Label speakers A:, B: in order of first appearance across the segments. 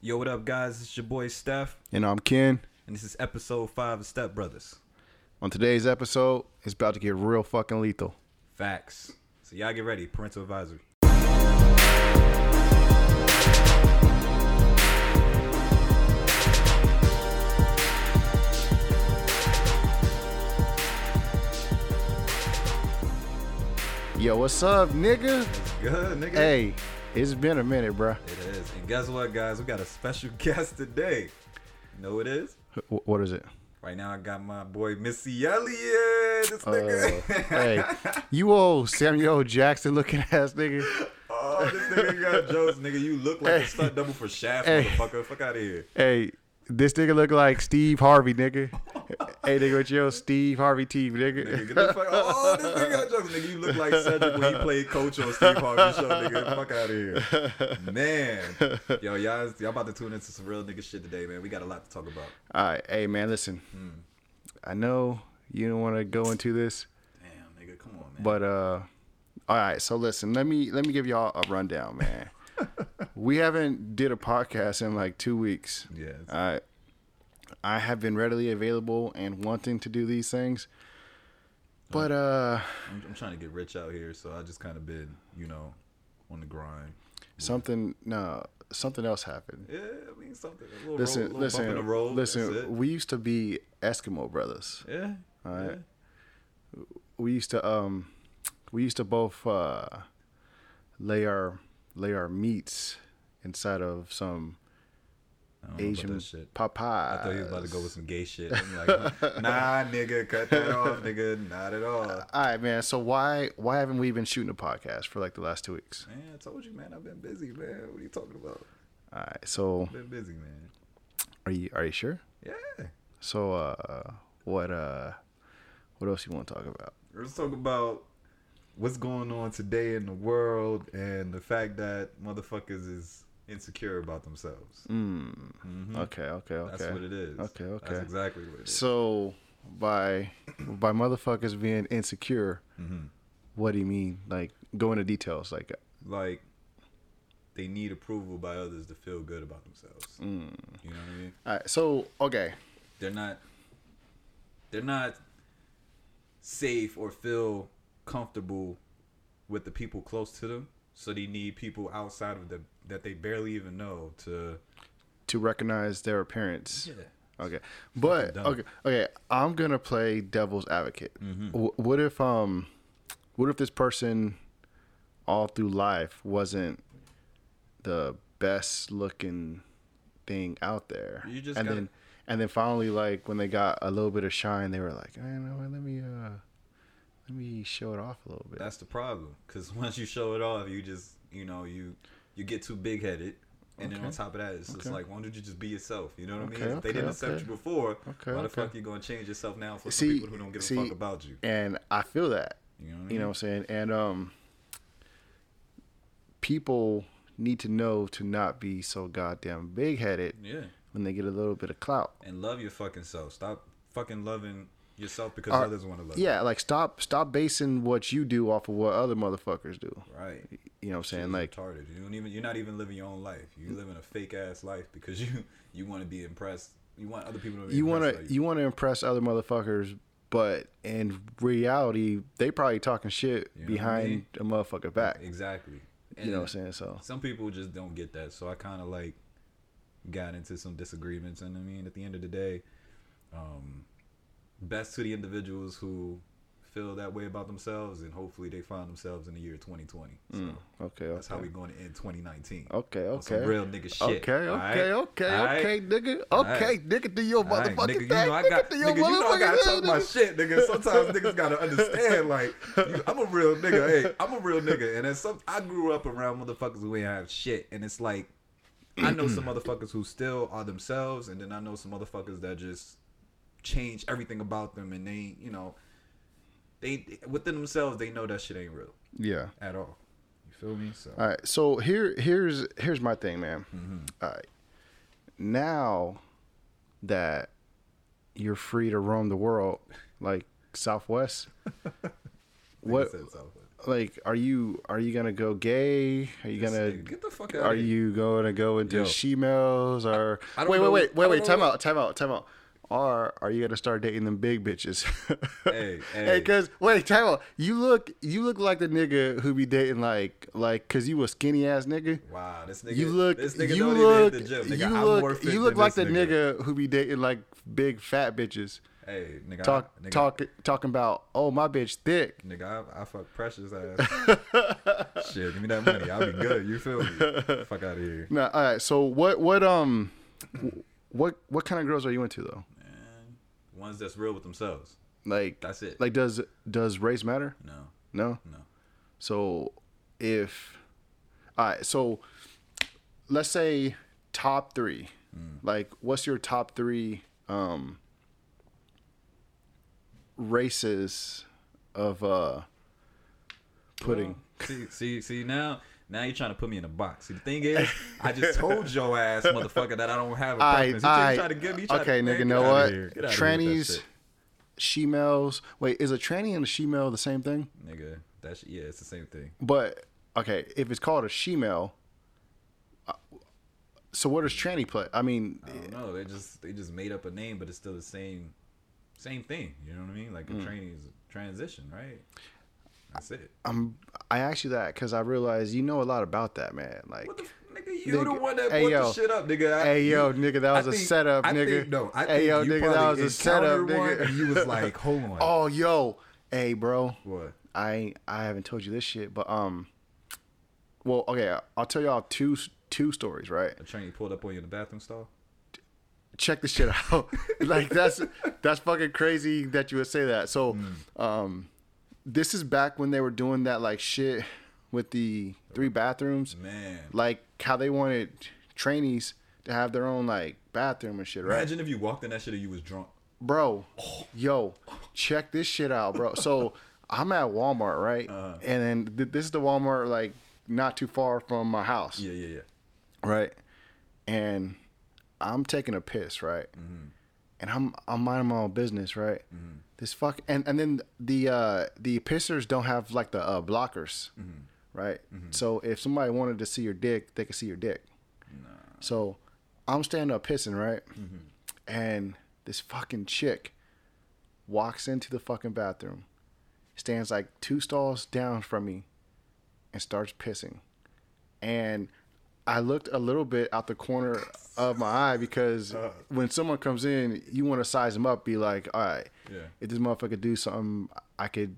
A: Yo, what up, guys? It's your boy Steph,
B: And I'm Ken.
A: and this is episode five of Step Brothers.
B: On today's episode, it's about to get real fucking lethal.
A: Facts. So y'all get ready. Parental advisory.
B: Yo, what's up, nigga?
A: Good, nigga.
B: Hey, it's been a minute, bruh.
A: It is. And guess what, guys? We got a special guest today. You know who it is?
B: Wh- What is it?
A: Right now, I got my boy Missy Elliott. This
B: Uh,
A: nigga.
B: hey, you old Samuel Jackson looking ass nigga.
A: oh, this nigga got jokes, nigga. You look like a stunt double for Shaft,
B: Hey.
A: motherfucker. Fuck out of here.
B: Hey, this nigga look like Steve Harvey, nigga. hey, nigga, with your Steve Harvey teeth,
A: Nigga,
B: nigga.
A: get the fuck. Oh, this nigga got jokes, nigga. You look like Cedric when he played coach on Steve Harvey show, nigga. Fuck out of here, man. Yo, y'all, y'all about to tune into some real nigga shit today, man. We got a lot to talk about.
B: All right, hey, man, listen. I know you don't want to go into this,
A: Damn, nigga, come on, man.
B: But uh all right, so listen, let me let me give y'all a rundown, man. we haven't did a podcast in like 2 weeks.
A: Yes.
B: All right. I have been readily available and wanting to do these things. But uh
A: I'm, I'm trying to get rich out here, so I just kind of been, you know, on the grind.
B: something no, something else happened.
A: Yeah, I mean something. A little
B: Listen,
A: road, little bump in the
B: listen,
A: road. That's it.
B: listen. We used to be Eskimo brothers.
A: yeah.
B: All right.
A: yeah.
B: we used to um we used to both uh lay our lay our meats inside of some
A: I don't know about
B: Asian
A: that shit.
B: papaya.
A: I thought you was about to go with some gay shit. I'm like, nah, nigga, cut that off, nigga. Not at all.
B: All right, man. So why why haven't we been shooting a podcast for like the last two weeks?
A: Man, I told you, man. I've been busy, man. What are you talking about?
B: All right. So
A: Been busy, man.
B: are you are you sure?
A: Yeah.
B: So uh what uh what else you want to talk about?
A: Let's talk about what's going on today in the world and the fact that motherfuckers is insecure about themselves.
B: Mm.
A: Mhm.
B: Okay. Okay. Okay.
A: That's what it is.
B: Okay, okay.
A: That's exactly what it is.
B: So by by motherfuckers being insecure,
A: Mhm.
B: what do you mean? Like go into details. Like
A: Like, they need approval by others to feel good about themselves.
B: Mm.
A: You know what I mean?
B: all right. So okay.
A: they're not they're not safe or feel comfortable with the people close to them so they need people outside of them that they barely even know to
B: to recognize their appearance. Okay,
A: fucking
B: but
A: dumb.
B: okay, okay. I'm gonna play devil's advocate.
A: Mm-hmm.
B: W- what if um, what if this person all through life wasn't the best looking thing out there?
A: You just
B: and
A: gotta-
B: then and then finally, like when they got a little bit of shine, they were like, I know what, let me uh, let me show it off a little bit.
A: that's the problem because once you show it off you just you know you you get too big headed and then on top of that it's just
B: Okay.
A: like why don't you just be yourself you know what i
B: Okay,
A: mean if they didn't
B: okay,
A: accept
B: okay.
A: you before
B: Okay,
A: why the
B: okay.
A: fuck you gonna change yourself now for some
B: See-
A: people who don't give
B: see-
A: a fuck about you
B: and I feel that.
A: you know what I mean?
B: You know what I'm saying? And um people need to know to not be so goddamn big headed
A: yeah
B: when they get a little bit of clout.
A: and love your fucking self. Stop fucking loving yourself because
B: Uh,
A: others want to love.
B: Yeah, like stop stop basing what you do off of what other motherfuckers do.
A: you. right.
B: You know what I'm saying?
A: It's
B: Like
A: retarded. You don't even. You're not even living your own life. You living a fake ass life because you you want to be impressed. You want other people to be
B: you
A: want
B: wanna you wanna impress other motherfuckers but in reality, they probably talking shit
A: You know what I
B: behind
A: mean?
B: a motherfucker back.
A: exactly.
B: You know what I'm saying? So
A: Some people just don't get that. So I kind of like got into some disagreements, and I mean, at the end of the day, um, best to the individuals who feel that way about themselves, and hopefully they find themselves in the year 2020. So
B: okay,
A: that's how
B: okay.
A: we going to end 2019.
B: Okay,
A: on some
B: okay.
A: real nigga shit.
B: Okay, okay,
A: alright?
B: okay,
A: Alright?
B: okay, nigga. Okay,
A: Alright.
B: nigga, do your
A: Alright,
B: motherfucking
A: nigga,
B: thing.
A: you know I got,
B: nigga, do your
A: nigga, you know I gotta
B: motherfucking
A: talk
B: thing,
A: my
B: nigga.
A: shit, nigga. Sometimes niggas gotta understand, like, you- I'm a real nigga. Hey, I'm a real nigga, and then some. I grew up around motherfuckers who ain't have shit, and it's like, I know some motherfuckers who still are themselves, and then I know some motherfuckers that just change everything about them, and they, you know, they within themselves they know that shit ain't real
B: Yeah.
A: at all. You feel me? So
B: All right. So here, here's here's my thing, man.
A: Mm-hmm.
B: All right. Now that you're free to roam the world, like Southwest, what
A: Nigga said so.
B: like are you are you gonna go gay? Are you
A: This
B: gonna
A: nigga, get the fuck out.
B: are
A: of here.
B: you gonna go into
A: Yo.
B: shemales or
A: I don't
B: wait,
A: know-
B: wait, wait,
A: I
B: wait,
A: don't
B: wait,
A: know
B: time
A: what-
B: out, time out, time out. Or are you gonna start dating them big bitches?
A: Hey, hey.
B: cause wait, time out. You look, you look like the nigga who be dating like, like, cause you a skinny ass nigga.
A: Wow, this nigga.
B: You look,
A: This nigga
B: you
A: don't
B: look,
A: even hit the gym. Nigga,
B: you
A: I'm more
B: look,
A: fit
B: you look
A: than
B: like the
A: this
B: nigga. who be dating like big fat bitches.
A: Hey, nigga.
B: Talk,
A: I, nigga,
B: talk, talking about, oh my bitch thick.
A: Nigga, I, I fuck precious ass. Shit, give me that money. I'll be good. You feel me? Fuck out of here.
B: No, all right. So what, what, um, w- what, what kind of girls are you into though?
A: Ones that's real with themselves.
B: Like
A: That's it.
B: Like does does race matter?
A: no,
B: No.
A: no.
B: So if all right, so let's say top three.
A: Mm.
B: Like what's your top three um races of uh pudding?
A: See, see, see now. Now you're trying to put me in a box. See, the thing is, I just told your ass, motherfucker, that I don't have a
B: I,
A: preference. You try- you
B: I,
A: try to give me. you try to-
B: okay,
A: man,
B: nigga,
A: get
B: know
A: outta
B: what?
A: here. Get outta here with that
B: Trannies,
A: shit,
B: shemales. Wait, is a tranny and a shemale the same thing?
A: nigga. That's yeah, it's the same thing.
B: But okay, if it's called a shemale, uh, so what does tranny play? I mean,
A: I don't know. They just they just made up a name, but it's still the same same thing. You know what I mean? Like a training is a transition, right? That's it.
B: I'm I asked you that because I realized you know a lot about that man. Like,
A: What the f- nigga? You the
B: Nigga,
A: one that
B: hey,
A: brought
B: yo.
A: the shit up, nigga. I-
B: hey yo,
A: you-
B: nigga, that
A: I
B: was a
A: think-
B: setup,
A: I
B: nigga.
A: think- no, I
B: hey
A: think
B: yo,
A: you
B: nigga, that
A: probably
B: was a setup,
A: encountered one
B: nigga.
A: and you was like, hold on.
B: oh yo, hey bro,
A: What?
B: I ain't- I haven't told you this shit, but um, well okay, I'll tell y'all two two stories, right?
A: A trainee pulled up on you in the bathroom stall?
B: check this shit out. like that's that's fucking crazy that you would say that. So, um, this is back when they were doing that like shit with the three bathrooms,
A: Man.
B: like how they wanted trainees to have their own like bathroom and shit, right?
A: Imagine if you walked in that shit and you was drunk.
B: bro yo check this shit out bro so i'm at walmart right and then th- this is the walmart like not too far from my house
A: Yeah, yeah, yeah.
B: right? And I'm taking a piss, right? And I'm I'm minding my own business, right? This fuck and and then the uh the pissers don't have like the uh, blockers, right? So if somebody wanted to see your dick, they could see your dick. So I'm standing up pissing, right? And this fucking chick walks into the fucking bathroom, stands like two stalls down from me, and starts pissing. And I looked a little bit out the corner of my eye because when someone comes in, you want to size them up, be like, all right,
A: Yeah.
B: if this motherfucker do something, I could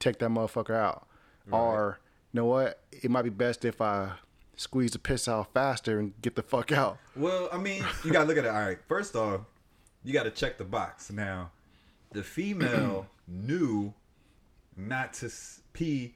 B: take that motherfucker out. Or, you know what? It might be best if I squeeze the piss out faster and get the fuck out.
A: Well, I mean, you gotta look at it. All right, first off, you gotta check the box. Now, the female knew not to s- pee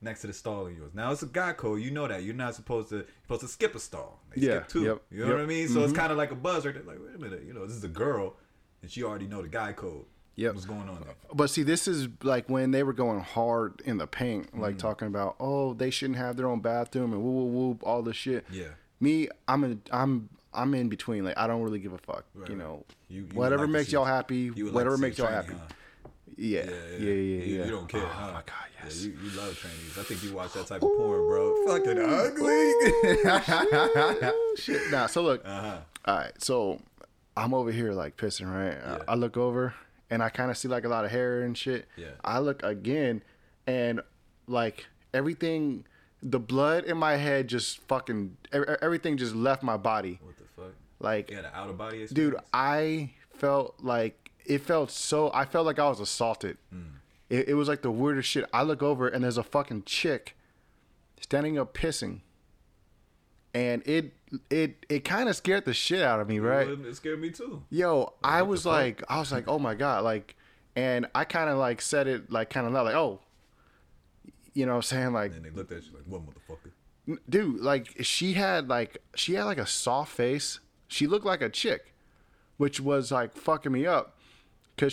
A: next to the stall in yours. Now it's a guy code. You know that you're not supposed to you're supposed to skip a stall. They
B: Yeah,
A: skip two.
B: yep,
A: you know what I
B: yep. Mm-hmm.
A: mean? So it's kind of like a buzz right there. Like, wait a minute. You know, this is a girl, and she already know the guy code.
B: Yep.
A: what's going on there?
B: But see, this is like when they were going hard in the paint, like
A: Mm.
B: talking about, oh, they shouldn't have their own bathroom and woo woo woo, all this shit.
A: Yeah.
B: Me, I'm in, I'm, I'm in between. Like, I don't really give a fuck. you
A: right.
B: know,
A: You- you would
B: whatever
A: like to
B: makes
A: see-
B: y'all happy,
A: you would like
B: whatever
A: to see
B: makes
A: a
B: y'all
A: tranny,
B: happy.
A: huh?
B: Yeah, yeah, yeah, yeah.
A: You, you don't care.
B: Oh
A: huh?
B: my god, yes.
A: Yeah, you, you love trainees. I think you watch that type of porn, bro. Fucking ugly.
B: shit. Nah, so look. all right, so I'm over here like pissing, right? I, I look over and I kind of see like a lot of hair and shit.
A: Yeah.
B: I look again and like everything, the blood in my head just fucking, e- everything just left my body.
A: what the fuck?
B: Like,
A: You had an out of body experience.
B: dude, I felt like it felt so, I felt like I was assaulted. It, it was like the weirdest shit. I look over and there's a fucking chick standing up pissing. And it it it kind of scared the shit out of me, right?
A: It scared me too.
B: Yo, I was like, I was like, oh my god, like, and I kind of like said it like kind of loud, like, oh, you know, what I'm saying like,
A: And they looked at you like, what motherfucker?
B: n- dude, like she had like she had like a soft face. She looked like a chick, which was like fucking me up, cause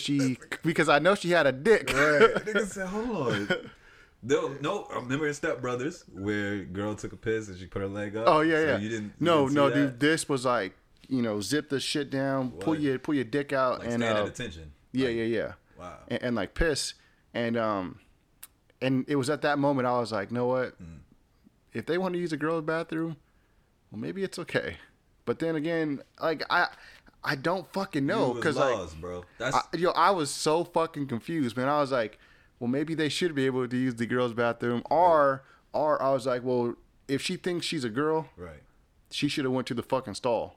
B: she because I know she had a dick.
A: Nigga said, hold on. No, no, I remember in Step Brothers where girl took a piss and she put her leg up.
B: Oh yeah,
A: So
B: yeah.
A: You didn't. you
B: no,
A: didn't see
B: no,
A: that?
B: dude. This was like you know, zip the shit down, pull
A: What?
B: your pull your dick out,
A: Like
B: and
A: stand
B: uh,
A: at attention.
B: Yeah, yeah, yeah.
A: Wow.
B: And, and like piss, and um, and it was at that moment I was like, you know what? If they want to use a girl's bathroom, well, maybe it's okay. But then again, like I, I don't fucking know because like
A: laws, bro. That's
B: I, yo, I was so fucking confused, man. I was like, well, maybe they should be able to use the girls' bathroom, or, or I was like, well, if she thinks she's a girl,
A: right.
B: she should have went to the fucking stall,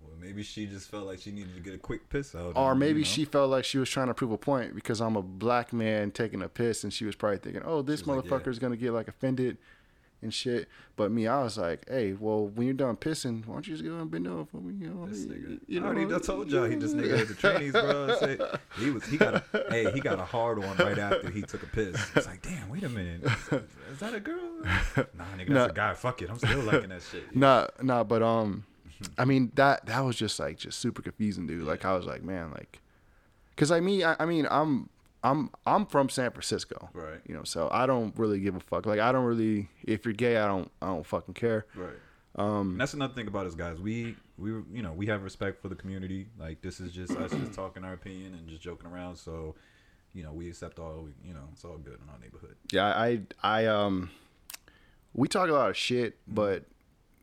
A: Well, maybe she just felt like she needed to get a quick piss out.
B: or
A: and, you
B: maybe
A: know,
B: she felt like she was trying to prove a point because I'm a black man taking a piss, and she was probably thinking, oh, this
A: was like, yeah.
B: motherfucker's gonna get like offended. And shit, but me, I was like, "Hey, well, when you're done pissing, why don't you just go and bend over for me?" You know,
A: This nigga.
B: you
A: I already
B: know,
A: I told y'all he just nigga at the trainees, bro. I said, he was he got a hey he got a hard one right after he took a piss. It's like damn, wait a minute, is, is that a girl? Nah, nigga, that's
B: Nah.
A: a guy. Fuck it, I'm still liking that shit.
B: Nah, nah, but um, I mean that that was just like just super confusing, dude. Like I was like, man, like, cause like me, I, I mean, I'm I'm I'm from San Francisco,
A: Right.
B: You know, so I don't really give a fuck. Like I don't really, if you're gay, I don't I don't fucking care.
A: Right. Um, and that's another thing about us guys. We we you know we have respect for the community. Like this is just us just talking our opinion and just joking around. So you know we accept all. You know it's all good in our neighborhood.
B: Yeah, I I um, we talk a lot of shit, but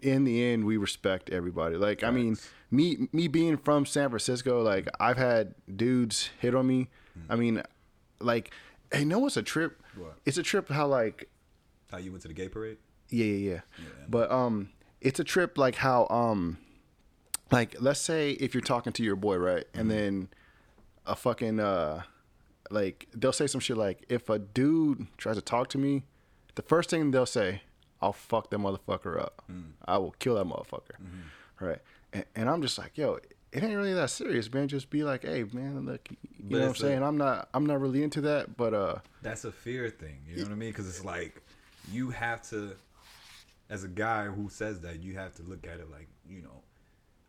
B: in the end, we respect everybody. Like I mean, me me being from San Francisco, like I've had dudes hit on me. I mean, like, hey, no, it's a trip.
A: What?
B: It's a trip. How like
A: How you went to the gay parade?
B: yeah, yeah, yeah. But um, it's a trip like how um, like let's say if you're talking to your boy, right, and then a fucking uh, like they'll say some shit like if a dude tries to talk to me, the first thing they'll say, I'll fuck that motherfucker up. I will kill that motherfucker. Right, and, and I'm just like, yo. It ain't really that serious, man. Just be like, hey, man, look, you know what I'm
A: it's a-
B: saying. I'm not, I'm not really into that, but uh,
A: That's a fear thing. You know what I mean? Because it's like you have to, as a guy who says that, you have to look at it like you know,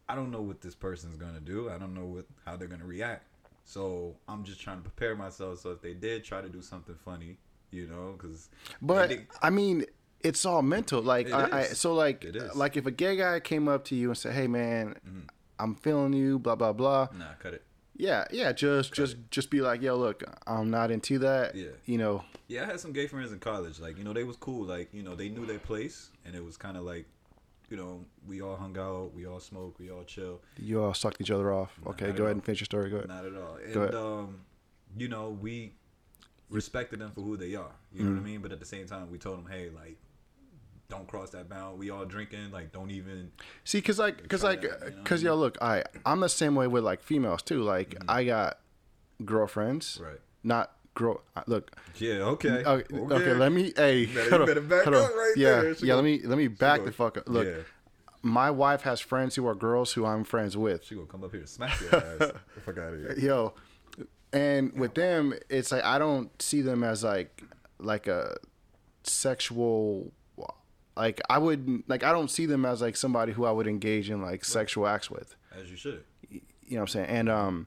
A: I don't know what this person's gonna do. I don't know what how they're gonna react. So I'm just trying to prepare myself. So if they did try to do something funny, you know, because
B: But I mean, it's all mental. Like
A: It
B: I, I
A: is.
B: so like
A: It is. Mm-hmm.
B: like if a gay guy came up to you and said, "Hey man, I'm feeling you," blah blah blah.
A: nah, cut it.
B: Yeah, yeah, just just just be like, "Yo, look, I'm not into that."
A: Yeah.
B: You know,
A: Yeah, I had some gay friends in college. Like, you know, they was cool. Like, you know, they knew their place, and it was kind of like, you know, we all hung out, we all smoked, we all chill.
B: you all sucked each other off. Okay,
A: not at
B: go
A: all.
B: ahead and finish your story. Go ahead.
A: Not at all. And
B: Go ahead.
A: um, you know, we respected them for who they are. You know what
B: Mm-hmm.
A: I mean? But at the same time, we told them, hey, like, don't cross that bound. We all drinking. Like, don't even.
B: See, cause like, cause like, uh,
A: that, you know?
B: cause yo, look, I I'm the same way with like females too. Like I got girlfriends,
A: Mm-hmm. Right.
B: not girl. I- Look,
A: Yeah. Okay.
B: Mm, Okay, okay, let me. Hey,
A: better-
B: hold
A: you
B: on,
A: better back
B: hold on.
A: up right
B: yeah,
A: there. She
B: yeah.
A: gonna-
B: let me let me back the
A: gonna-
B: fuck up. Look,
A: yeah.
B: my wife has friends who are girls who I'm friends with.
A: She gonna come up here and smack your ass. Fuck out of here.
B: Yo, and with them, it's like I don't see them as like like a sexual. Like I would like I don't see them as like somebody who I would engage in like sexual acts with.
A: As you should.
B: You know what I'm saying? And um,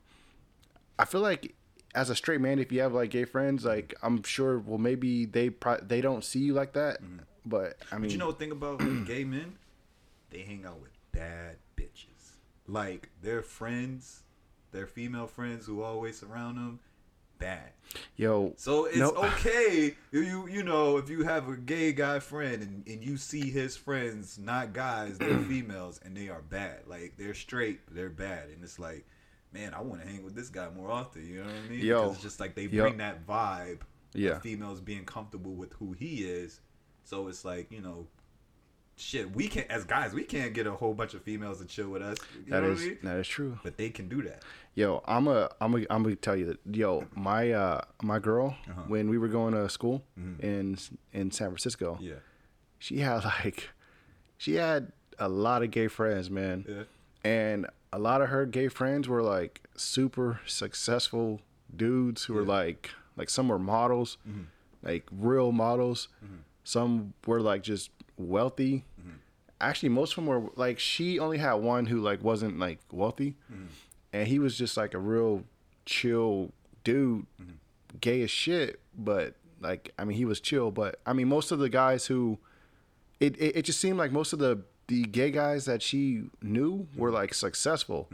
B: I feel like as a straight man, if you have like gay friends, like I'm sure, well, maybe they pro- they don't see you like that. But I mean,
A: Mm-hmm. But you know the thing about like, gay men? They hang out with bad bitches. Like their friends, their female friends who always surround them, bad.
B: yo,
A: So it's
B: no-
A: okay if you you know if you have a gay guy friend and, and you see his friends not guys they're females and they are bad like they're straight they're bad and it's like man I want to hang with this guy more often you know what I mean
B: Yo.
A: because it's just like they
B: Yo.
A: bring that vibe
B: Yeah.
A: of females being comfortable with who he is so it's like you know shit we can't as guys we can't get a whole bunch of females to chill with us you
B: that
A: know
B: is
A: what I mean
B: that is true.
A: but they can do that
B: Yo, I'm a I'm a I'm gonna tell you that. Yo, my uh my girl
A: Uh-huh.
B: when we were going to school in in San Francisco,
A: Mm-hmm. yeah
B: she had like she had a lot of gay friends, man.
A: Yeah.
B: And a lot of her gay friends were like super successful dudes who were like like some were models, like real models. Some were like just wealthy. Actually, most of them were like she only had one who like wasn't like wealthy, and he was just like a real chill dude, gay as shit. But like, I mean, he was chill. But I mean, most of the guys who it, it, it just seemed like most of the the gay guys that she knew were like successful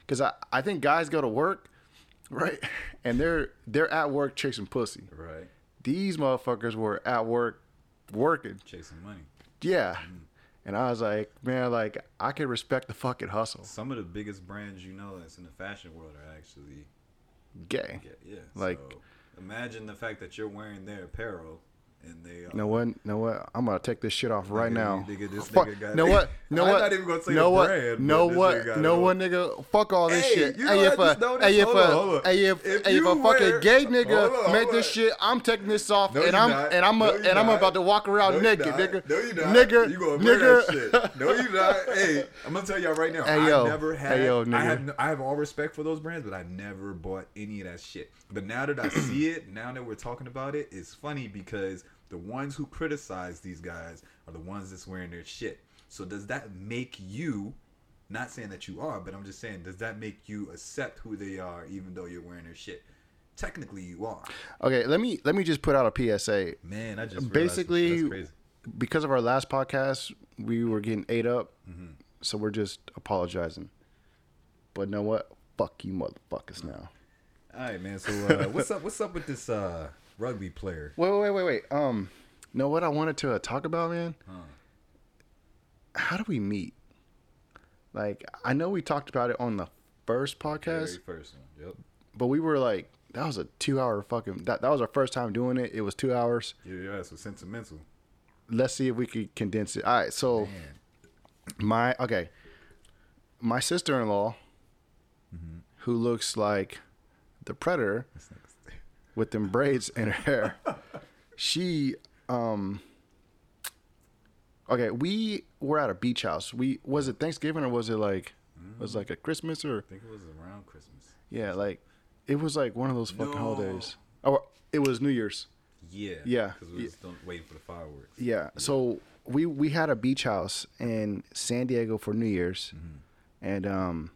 B: because I, I think guys go to work right and they're they're at work chasing pussy
A: right
B: these motherfuckers were at work working.
A: chasing money.
B: Yeah. And I was like, man, like I can respect the fucking hustle.
A: Some of the biggest brands you know that's in the fashion world are actually
B: Gay.
A: yeah. yeah.
B: Like-
A: so imagine the fact that you're wearing their apparel and they are,
B: Know what? Know what? I'm gonna take this shit off right
A: Nigga,
B: now.
A: nigga, this
B: Fuck.
A: nigga got-
B: know what? Know
A: I'm
B: what?
A: not even gonna say
B: know
A: the
B: what?
A: brand, but
B: know
A: this
B: what?
A: nigga got
B: know
A: it
B: what? Nigga, fuck all this
A: Hey,
B: shit.
A: you know
B: hey,
A: what?
B: if
A: I just
B: a
A: noticed-
B: hey, if
A: hold on, hold
B: a
A: on.
B: hey,
A: If
B: if hey, if
A: you
B: a
A: wear-
B: fucking gay nigga
A: Hold on,
B: make
A: hold
B: this
A: on.
B: shit, I'm taking this off,
A: No,
B: and
A: you
B: I'm
A: not.
B: and I'm a,
A: No, you
B: and I'm
A: not.
B: about to walk around
A: No, you
B: naked,
A: not.
B: nigga.
A: No, you not.
B: Nigga,
A: you gonna wear
B: nigga.
A: that shit. No, you not. Hey, I'm gonna tell y'all right now.
B: Hey,
A: I
B: yo.
A: never
B: Hey,
A: had.
B: yo, nigga.
A: I have. I have all respect for those brands, but I never bought any of that shit. But now that I see it, now that we're talking about it, it's funny because the ones who criticize these guys are the ones that's wearing their shit. So does that make you? Not saying that you are, but I'm just saying, does that make you accept who they are, even though you're wearing their shit? Technically, you are.
B: Okay, let me let me just put out a PSA.
A: Man, I just realized-
B: Basically,
A: that's crazy.
B: because of our last podcast, we were getting ate up,
A: Mm-hmm.
B: so we're just apologizing. But know what? Fuck you, motherfuckers! Now.
A: All right, man. So uh, what's up? What's up with this uh, rugby player?
B: Wait, wait, wait, wait. Um, know what I wanted to uh, talk about, man? How do we meet? Like, I know we talked about it on the first podcast,
A: Very first one. Yep.
B: but we were like, that was a two-hour fucking. That that was our first time doing it. It was two hours.
A: Your, your ass was sentimental.
B: Let's see if we could condense it. All right, so my okay, my sister-in-law, who looks like the predator with them braids in her hair, she um. Okay, we were at a beach house. We was it Thanksgiving or was it like was it like a Christmas or
A: I think it was around Christmas.
B: yeah like it was like one of those fucking
A: No.
B: holidays. Oh, it was New Year's.
A: Yeah.
B: Yeah.
A: Because we was still waiting for the fireworks.
B: Yeah. So we we had a beach house in San Diego for New Year's, and um,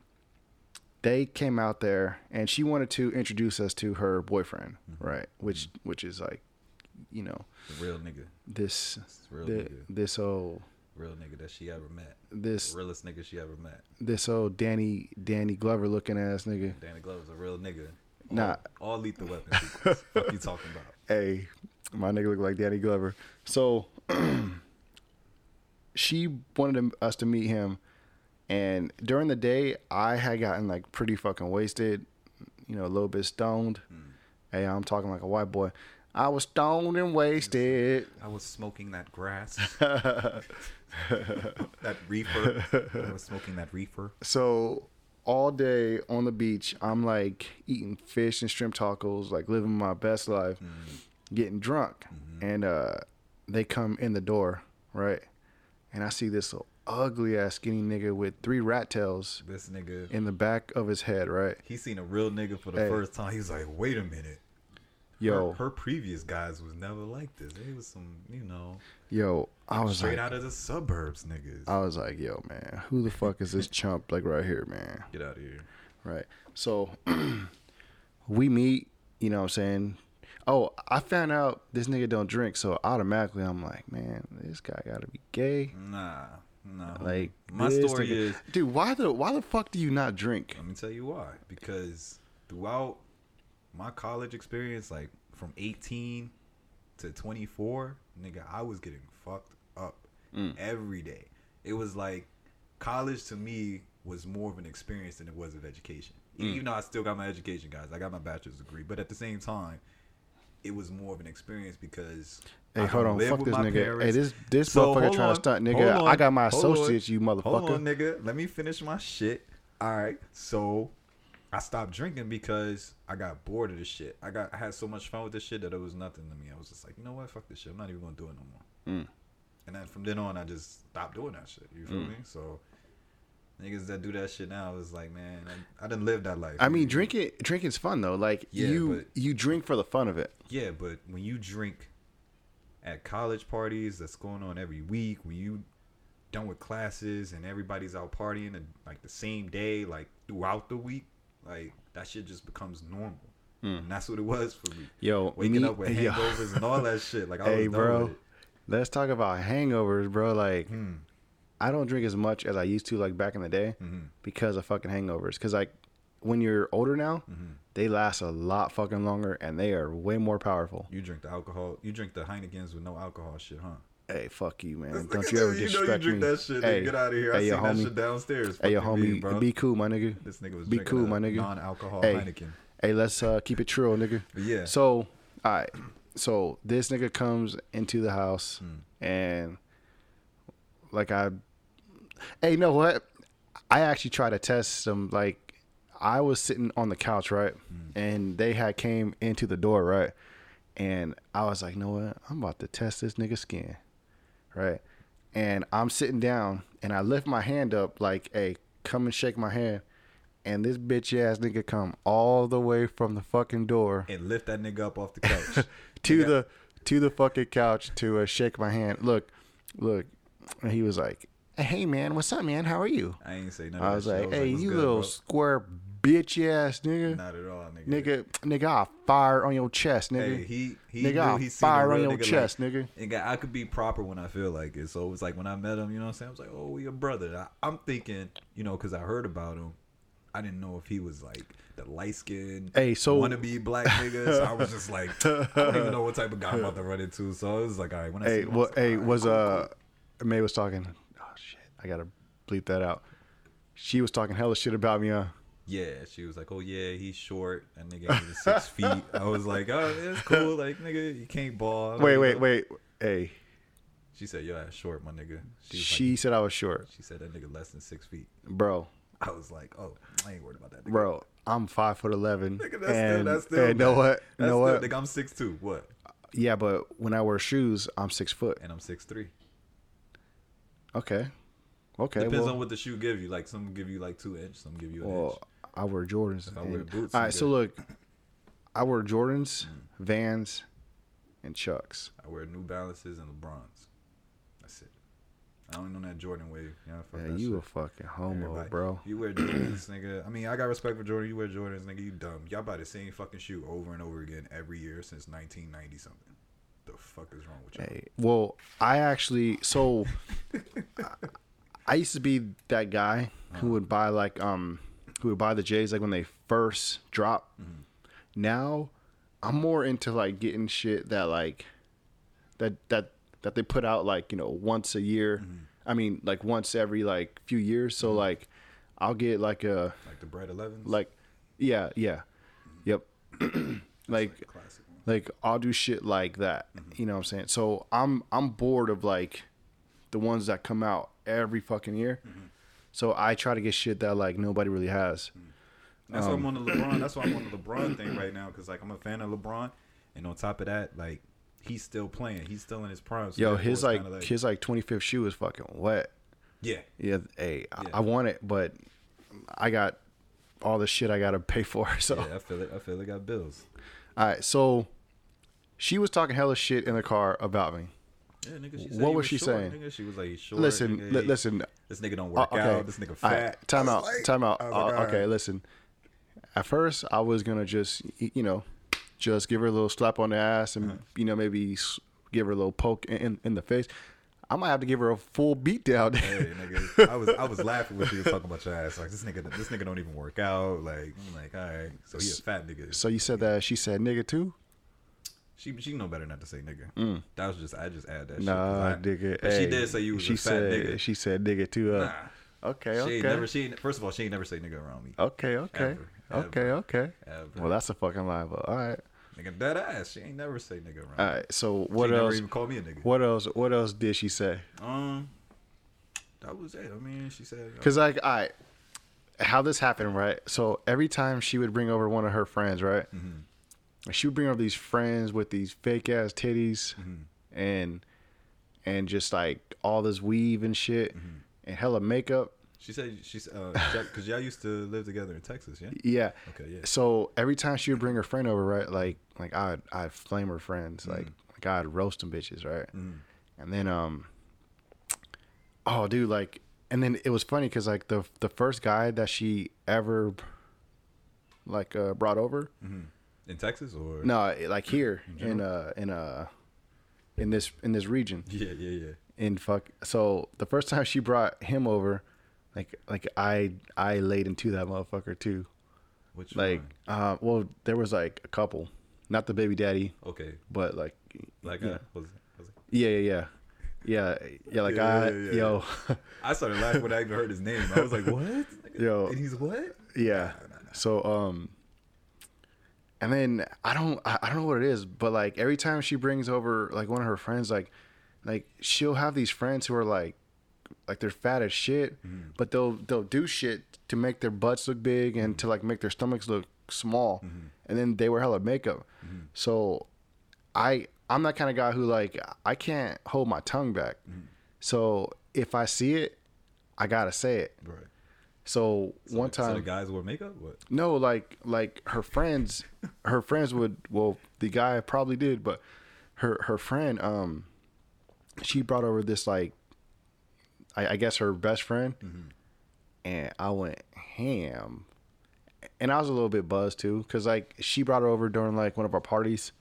B: they came out there, and she wanted to introduce us to her boyfriend, right? Which which is like, you know,
A: The real nigga.
B: this
A: It's real
B: the,
A: nigga.
B: this old
A: Real nigga that she ever met.
B: this
A: Realest nigga she ever met.
B: this old Danny Danny Glover looking ass nigga.
A: Danny Glover's a real nigga. All,
B: Nah.
A: All lethal weapons. sequence. fuck you talking about?
B: hey, my nigga look like Danny Glover. So she wanted him- us to meet him, and during the day, I had gotten like pretty fucking wasted, you know, a little bit stoned. Hey, I'm talking like a white boy. I was stoned and wasted.
A: I was smoking that grass. that reefer. I was smoking that reefer.
B: So all day on the beach, I'm like eating fish and shrimp tacos, like living my best life,
A: Mm-hmm.
B: getting drunk. And uh, they come in the door, right? And I see this little ugly ass skinny nigga with three rat tails
A: This nigga.
B: in the back of his head, right?
A: He seen a real nigga for the
B: Hey.
A: first time. He was like, wait a minute.
B: Yo,
A: her, her previous guys was never like this. They was some, you know,
B: yo, I was
A: straight
B: like,
A: out of the suburbs niggas.
B: I was like, yo, man, who the fuck is this chump like right here, man?
A: Get out of here.
B: Right. So we meet, you know what I'm saying? Oh, I found out this nigga don't drink, so automatically I'm like, man, this guy gotta be gay.
A: Nah, nah.
B: Like
A: my
B: this
A: story
B: nigga-
A: is,
B: Dude, why the why the fuck do you not drink?
A: let me tell you why. Because throughout my college experience, like from 18 to 24, nigga, I was getting fucked up
B: Mm.
A: every day. It was like college to me was more of an experience than it was of education. E-
B: Mm.
A: Even though I still got my education, guys, I got my bachelor's degree, but at the same time, it was more of an experience because
B: Hey,
A: I
B: hold on,
A: lived
B: fuck
A: with
B: this
A: my
B: nigga. Hey,
A: parents.
B: this this
A: So,
B: motherfucker
A: hold
B: trying
A: on,
B: to stunt, nigga.
A: hold
B: I
A: on,
B: got my
A: hold on.
B: associates, you
A: Hold on,
B: motherfucker.
A: nigga. Let me finish my shit. All right. So I stopped drinking because I got bored of this shit. I got I had so much fun with this shit that it was nothing to me. I was just like, you know what? Fuck this shit. I'm not even gonna do it no more.
B: Mm.
A: And then from then on, I just stopped doing that shit. You feel
B: Mm.
A: me? So niggas that do that shit now is like, man, I, I didn't live that life.
B: I mean, drinking drinking's fun though. Like
A: Yeah,
B: you you drink for the fun of it.
A: Yeah, but when you drink at college parties that's going on every week, when you done with classes and everybody's out partying and like the same day, like throughout the week, like that shit just becomes normal.
B: Hmm.
A: And that's what it was for me.
B: Yo,
A: Waking
B: me-
A: up with
B: yo.
A: hangovers and all that shit. Like I
B: hey,
A: was done with
B: bro,
A: it. Hmm.
B: let's talk about hangovers, bro. Like,
A: Mm-hmm.
B: I don't drink as much as I used to, like back in the day, because of fucking hangovers. Because like, when you're older now,
A: Mm-hmm.
B: they last a lot fucking longer and they are way more powerful.
A: You drink the alcohol. You drink the Heinekens with no alcohol shit, huh?
B: Hey, fuck you, man.
A: Look
B: Don't
A: at
B: you ever
A: that.
B: disrespect
A: know you drink
B: me.
A: that shit.
B: hey,
A: Hey, get out of here.
B: Hey,
A: I
B: your
A: seen that
B: homie.
A: shit downstairs.
B: Hey, your
A: Fucking
B: homie.
A: me, bro.
B: be cool, my nigga.
A: This nigga was
B: be
A: drinking
B: cool,
A: a
B: my nigga.
A: non-alcohol
B: hey,
A: Heineken.
B: Hey, let's uh, keep it true, nigga.
A: Yeah.
B: So, all right. So this nigga comes into the house
A: Hmm.
B: and like I, hey, you know what? I actually tried to test some. Like I was sitting on the couch, right, and they had came into the door, right, and I was like, you know what? I'm about to test this nigga skin, right, and I'm sitting down and I lift my hand up like, hey, come and shake my hand. And this bitch ass nigga come all the way from the fucking door
A: and lift that nigga up off the couch.
B: to the to the fucking couch to uh, shake my hand. Look, look. And he was like, "Hey man, what's up, man? How are you?"
A: I ain't say nothing.
B: I was like, "Hey, you little
A: little
B: square bitch ass nigga,
A: Not at all, nigga.
B: nigga, nigga, I fire on your chest, nigga."
A: Hey, he he
B: Nigga,
A: knew
B: I'll
A: he seen a
B: fire
A: real
B: on your
A: nigga,
B: chest,
A: like,
B: nigga.
A: nigga, I could be proper when I feel like it. So it was like when I met him, you know what I'm saying? I was like, oh, we a brother. I, I'm thinking, you know, because I heard about him. I didn't know if he was like the light skinned,
B: Hey, so-
A: wannabe black nigga. So I was just like, I don't even know what type of guy I'm about to run into. So I was like, all right, when I see
B: hey,
A: him, I
B: what?
A: was like,
B: Hey,
A: all right,
B: was
A: cool,
B: uh, May was talking. Oh shit, I gotta bleep that out. She was talking hella shit about me, uh. huh?
A: Yeah, she was like, "Oh yeah, he's short. That nigga ain't even six feet." I was like, "Oh, it's cool. Like, nigga, you can't ball."
B: Wait, wait, wait. Hey,
A: She said, "Yo, that's short, my nigga." She, was
B: she said I was short,
A: like, she said that nigga less than six feet.
B: bro.
A: I was like, "Oh, I ain't worried about that." Nigga.
B: Bro, I'm five foot eleven,
A: Nigga, that's still,
B: and,
A: that's still.
B: and know
A: bad.
B: what?
A: That's
B: know
A: still,
B: what?
A: Nigga, I'm six two. What?
B: Yeah, but when I wear shoes, I'm six foot.
A: And I'm six three.
B: Okay. Okay.
A: Depends
B: well,
A: on what the shoe give you. Like some give you like two inch, some give you an inch.
B: well, I wear Jordans.
A: I wear
B: and-
A: boots,
B: All
A: you
B: right. So
A: good. Mm.
B: look, I wear Jordans, Vans, and Chucks.
A: I wear New Balances and LeBrons. That's it. I don't know that Jordan wave. Yeah, fuck
B: Yeah,
A: that
B: you
A: shit.
B: a fucking homo,
A: Oh, Everybody.
B: bro.
A: You wear Jordans, nigga. I mean, I got respect for Jordan. You wear Jordans, nigga. You dumb. Y'all buy the same fucking shoe over and over again every year since 1990 something. The fuck is wrong with you? all
B: Hey, well, I actually so I- I used to be that guy who would buy like um who would buy the J's like when they first drop. Now I'm more into like getting shit that like that that that they put out like, you know, once a year. I mean, like once every like few years. So like I'll get like a
A: Like the Bread 11s.
B: like yeah, yeah. Yep. like
A: the classic one.
B: like I'll do shit like that.
A: Mm-hmm.
B: You know what I'm saying? So I'm I'm bored of like the ones that come out every fucking year.
A: Mm-hmm.
B: So I try to get shit that like nobody really has.
A: Mm-hmm. That's why I'm
B: um,
A: on the LeBron. That's why I'm on the LeBron thing right now because like I'm a fan of LeBron, and on top of that, like he's still playing. He's still in his prime. So
B: Yo,
A: therefore,
B: his
A: it's
B: like,
A: kinda
B: his like 25th shoe is fucking wet.
A: yeah.
B: Yeah, hey, I,
A: Yeah.
B: I want it, but I got all the shit I gotta pay for. So
A: Yeah, I feel it. I feel it. Got bills.
B: all right, so she was talking hella shit in the car about me.
A: Yeah, nigga, she said
B: What
A: he
B: was she
A: short,
B: saying?
A: Nigga. She was like, he's short.
B: Listen,
A: nigga,
B: li-
A: he-
B: listen.
A: This nigga don't
B: Uh,
A: work out. oh, This nigga
B: All
A: fat.
B: right, Time
A: I
B: out.
A: was like- oh
B: time out.
A: I was
B: Uh,
A: like, all
B: okay,
A: right.
B: listen. At first, I was gonna just y- you know, just give her a little slap on the ass and
A: Uh-huh.
B: you know maybe s- give her a little poke in, in, in the face. I might have to give her a full beat down.
A: Hey, nigga, I was I was laughing when she was talking about your ass. Like this nigga, this nigga don't even work out. Like I'm like, all right, so he a fat nigga.
B: so you said that she said nigga too.
A: she she know better not to say nigga. That was just I just add that.
B: Mm. Nah,
A: shit 'cause I-
B: nigga.
A: But she
B: hey,
A: did say you was
B: she
A: a fat
B: said,
A: nigga.
B: She said nigga too. Uh,
A: Nah.
B: Okay,
A: She
B: okay,
A: ain't never. She ain't, first of all, she ain't never say nigga around me.
B: okay, okay,
A: Ever, ever,
B: okay, okay.
A: ever.
B: Well, that's a fucking lie, but all right,
A: Nigga, dead ass. She ain't never say nigga around.
B: all
A: me.
B: right. So
A: she
B: Uh, what
A: ain't never
B: else?
A: even called me a nigga.
B: What else? What else did she say?
A: Um, that was it. I mean, she said. uh,
B: Cause like I, how this happened, right? So every time she would bring over one of her friends, right? She would bring over these friends with these fake ass titties, and and just like all this weave and shit, and hella makeup.
A: She said she's uh, because y'all used to live together in Texas, yeah.
B: Yeah.
A: Okay, yeah.
B: So every time she would bring her friend over, right? Like like I'd I'd flame her friends, like like I'd roast them bitches, right? And then um, oh dude, like and then it was funny because like the the first guy that she ever like uh brought over,
A: In Texas or
B: no, eh, like here in uh in uh in this in this region
A: Yeah, yeah, yeah.
B: in fuck. So the first time she brought him over, like like I I laid into that motherfucker too.
A: Which
B: Like,
A: one?
B: uh, well, there was like a couple, not the baby daddy,
A: okay,
B: but like,
A: like
B: yeah,
A: I was, I, was-
B: yeah, yeah, yeah, yeah, like
A: Yeah,
B: I,
A: yeah, yeah,
B: yo,
A: I started laughing when I even heard his name. I was like, what?
B: Yo.
A: and he's what?
B: yeah. So, um, and then I don't, I, I don't know what it is, but like every time she brings over like one of her friends, like, like she'll have these friends who are like, like they're fat as shit,
A: Mm-hmm.
B: but they'll they'll do shit to make their butts look big and
A: Mm-hmm.
B: to like make their stomachs look small, and then they wear hella makeup.
A: Mm-hmm.
B: So, I I'm that kind of guy who like I can't hold my tongue back.
A: Mm-hmm.
B: So if I see it, I gotta say it.
A: Right.
B: So, one
A: So
B: time,
A: the guys wore makeup. What?
B: no, like like her friends, her friends would. Well, the guy probably did, but her her friend, um, she brought over this like, I, I guess her best friend,
A: Mm-hmm.
B: and I went ham, and I was a little bit buzzed too, cause like she brought her over during like one of our parties,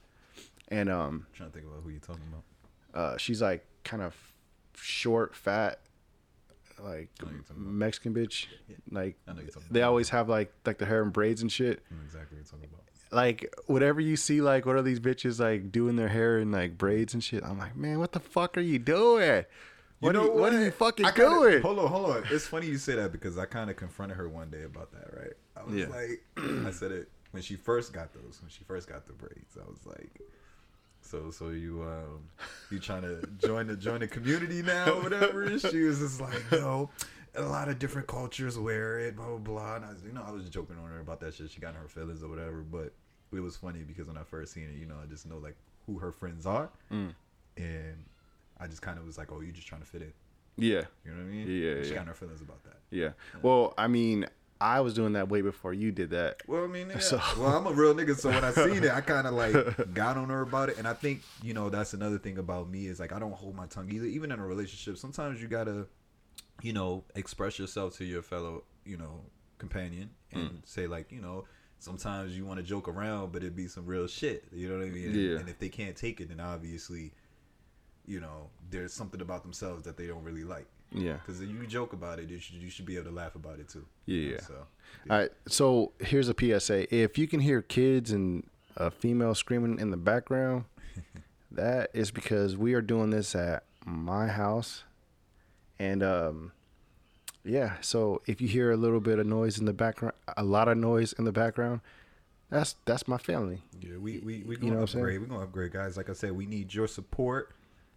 B: and
A: I'm
B: um,
A: trying to think about who you're talking about.
B: uh, she's like kind of short, fat, like
A: know Oh, you're talking
B: Mexican bitch, like.
A: I know you're talking.
B: They
A: about.
B: always have like like the hair and braids and shit
A: I know exactly what you're talking about.
B: like whatever you see like what are these bitches like doing their hair and like braids and shit i'm like man what the fuck are you doing what, are, you, what? are you fucking
A: I kinda-
B: doing
A: Hold on, hold on. It's funny you say that because I kind of confronted her one day about that, right? I was
B: Yeah.
A: like, I said it when she first got those, when she first got the braids. I was like, so, so you, um, you trying to join the join the community now, or whatever? And she was just like, no, a lot of different cultures wear it, blah blah blah. And I was, you know, I was joking on her about that shit. She got in her feelings or whatever, but it was funny because when I first seen it, you know, I just know like who her friends are,
B: Mm.
A: and I just kind of was like, oh, you just trying to fit in.
B: yeah
A: You know what I mean?
B: Yeah,
A: She
B: yeah.
A: got in her feelings about that.
B: yeah well i mean i was doing that way before you did that
A: Well, I mean, yeah.
B: So-
A: well, I'm a real nigga, so when I seen it, I kind of like got on her about it, and I think you know that's another thing about me is like I don't hold my tongue either. Even in a relationship, sometimes you gotta, you know, express yourself to your fellow, you know, companion, and say like, you know, sometimes you want to joke around, but it be some real shit. You know what I mean? And-
B: Yeah.
A: and if they can't take it, then obviously, you know, there's something about themselves that they don't really like.
B: yeah
A: Because if you joke about it, you should, you should be able to laugh about it too.
B: Yeah.
A: So
B: all right so here's a psa if you can hear kids and a female screaming in the background that is because we are doing this at my house and um yeah so if you hear a little bit of noise in the background a lot of noise in the background that's that's my family
A: yeah, we we we
B: know
A: gonna
B: what I'm saying?
A: upgrade. We gonna upgrade, guys. Like I said, we need your support.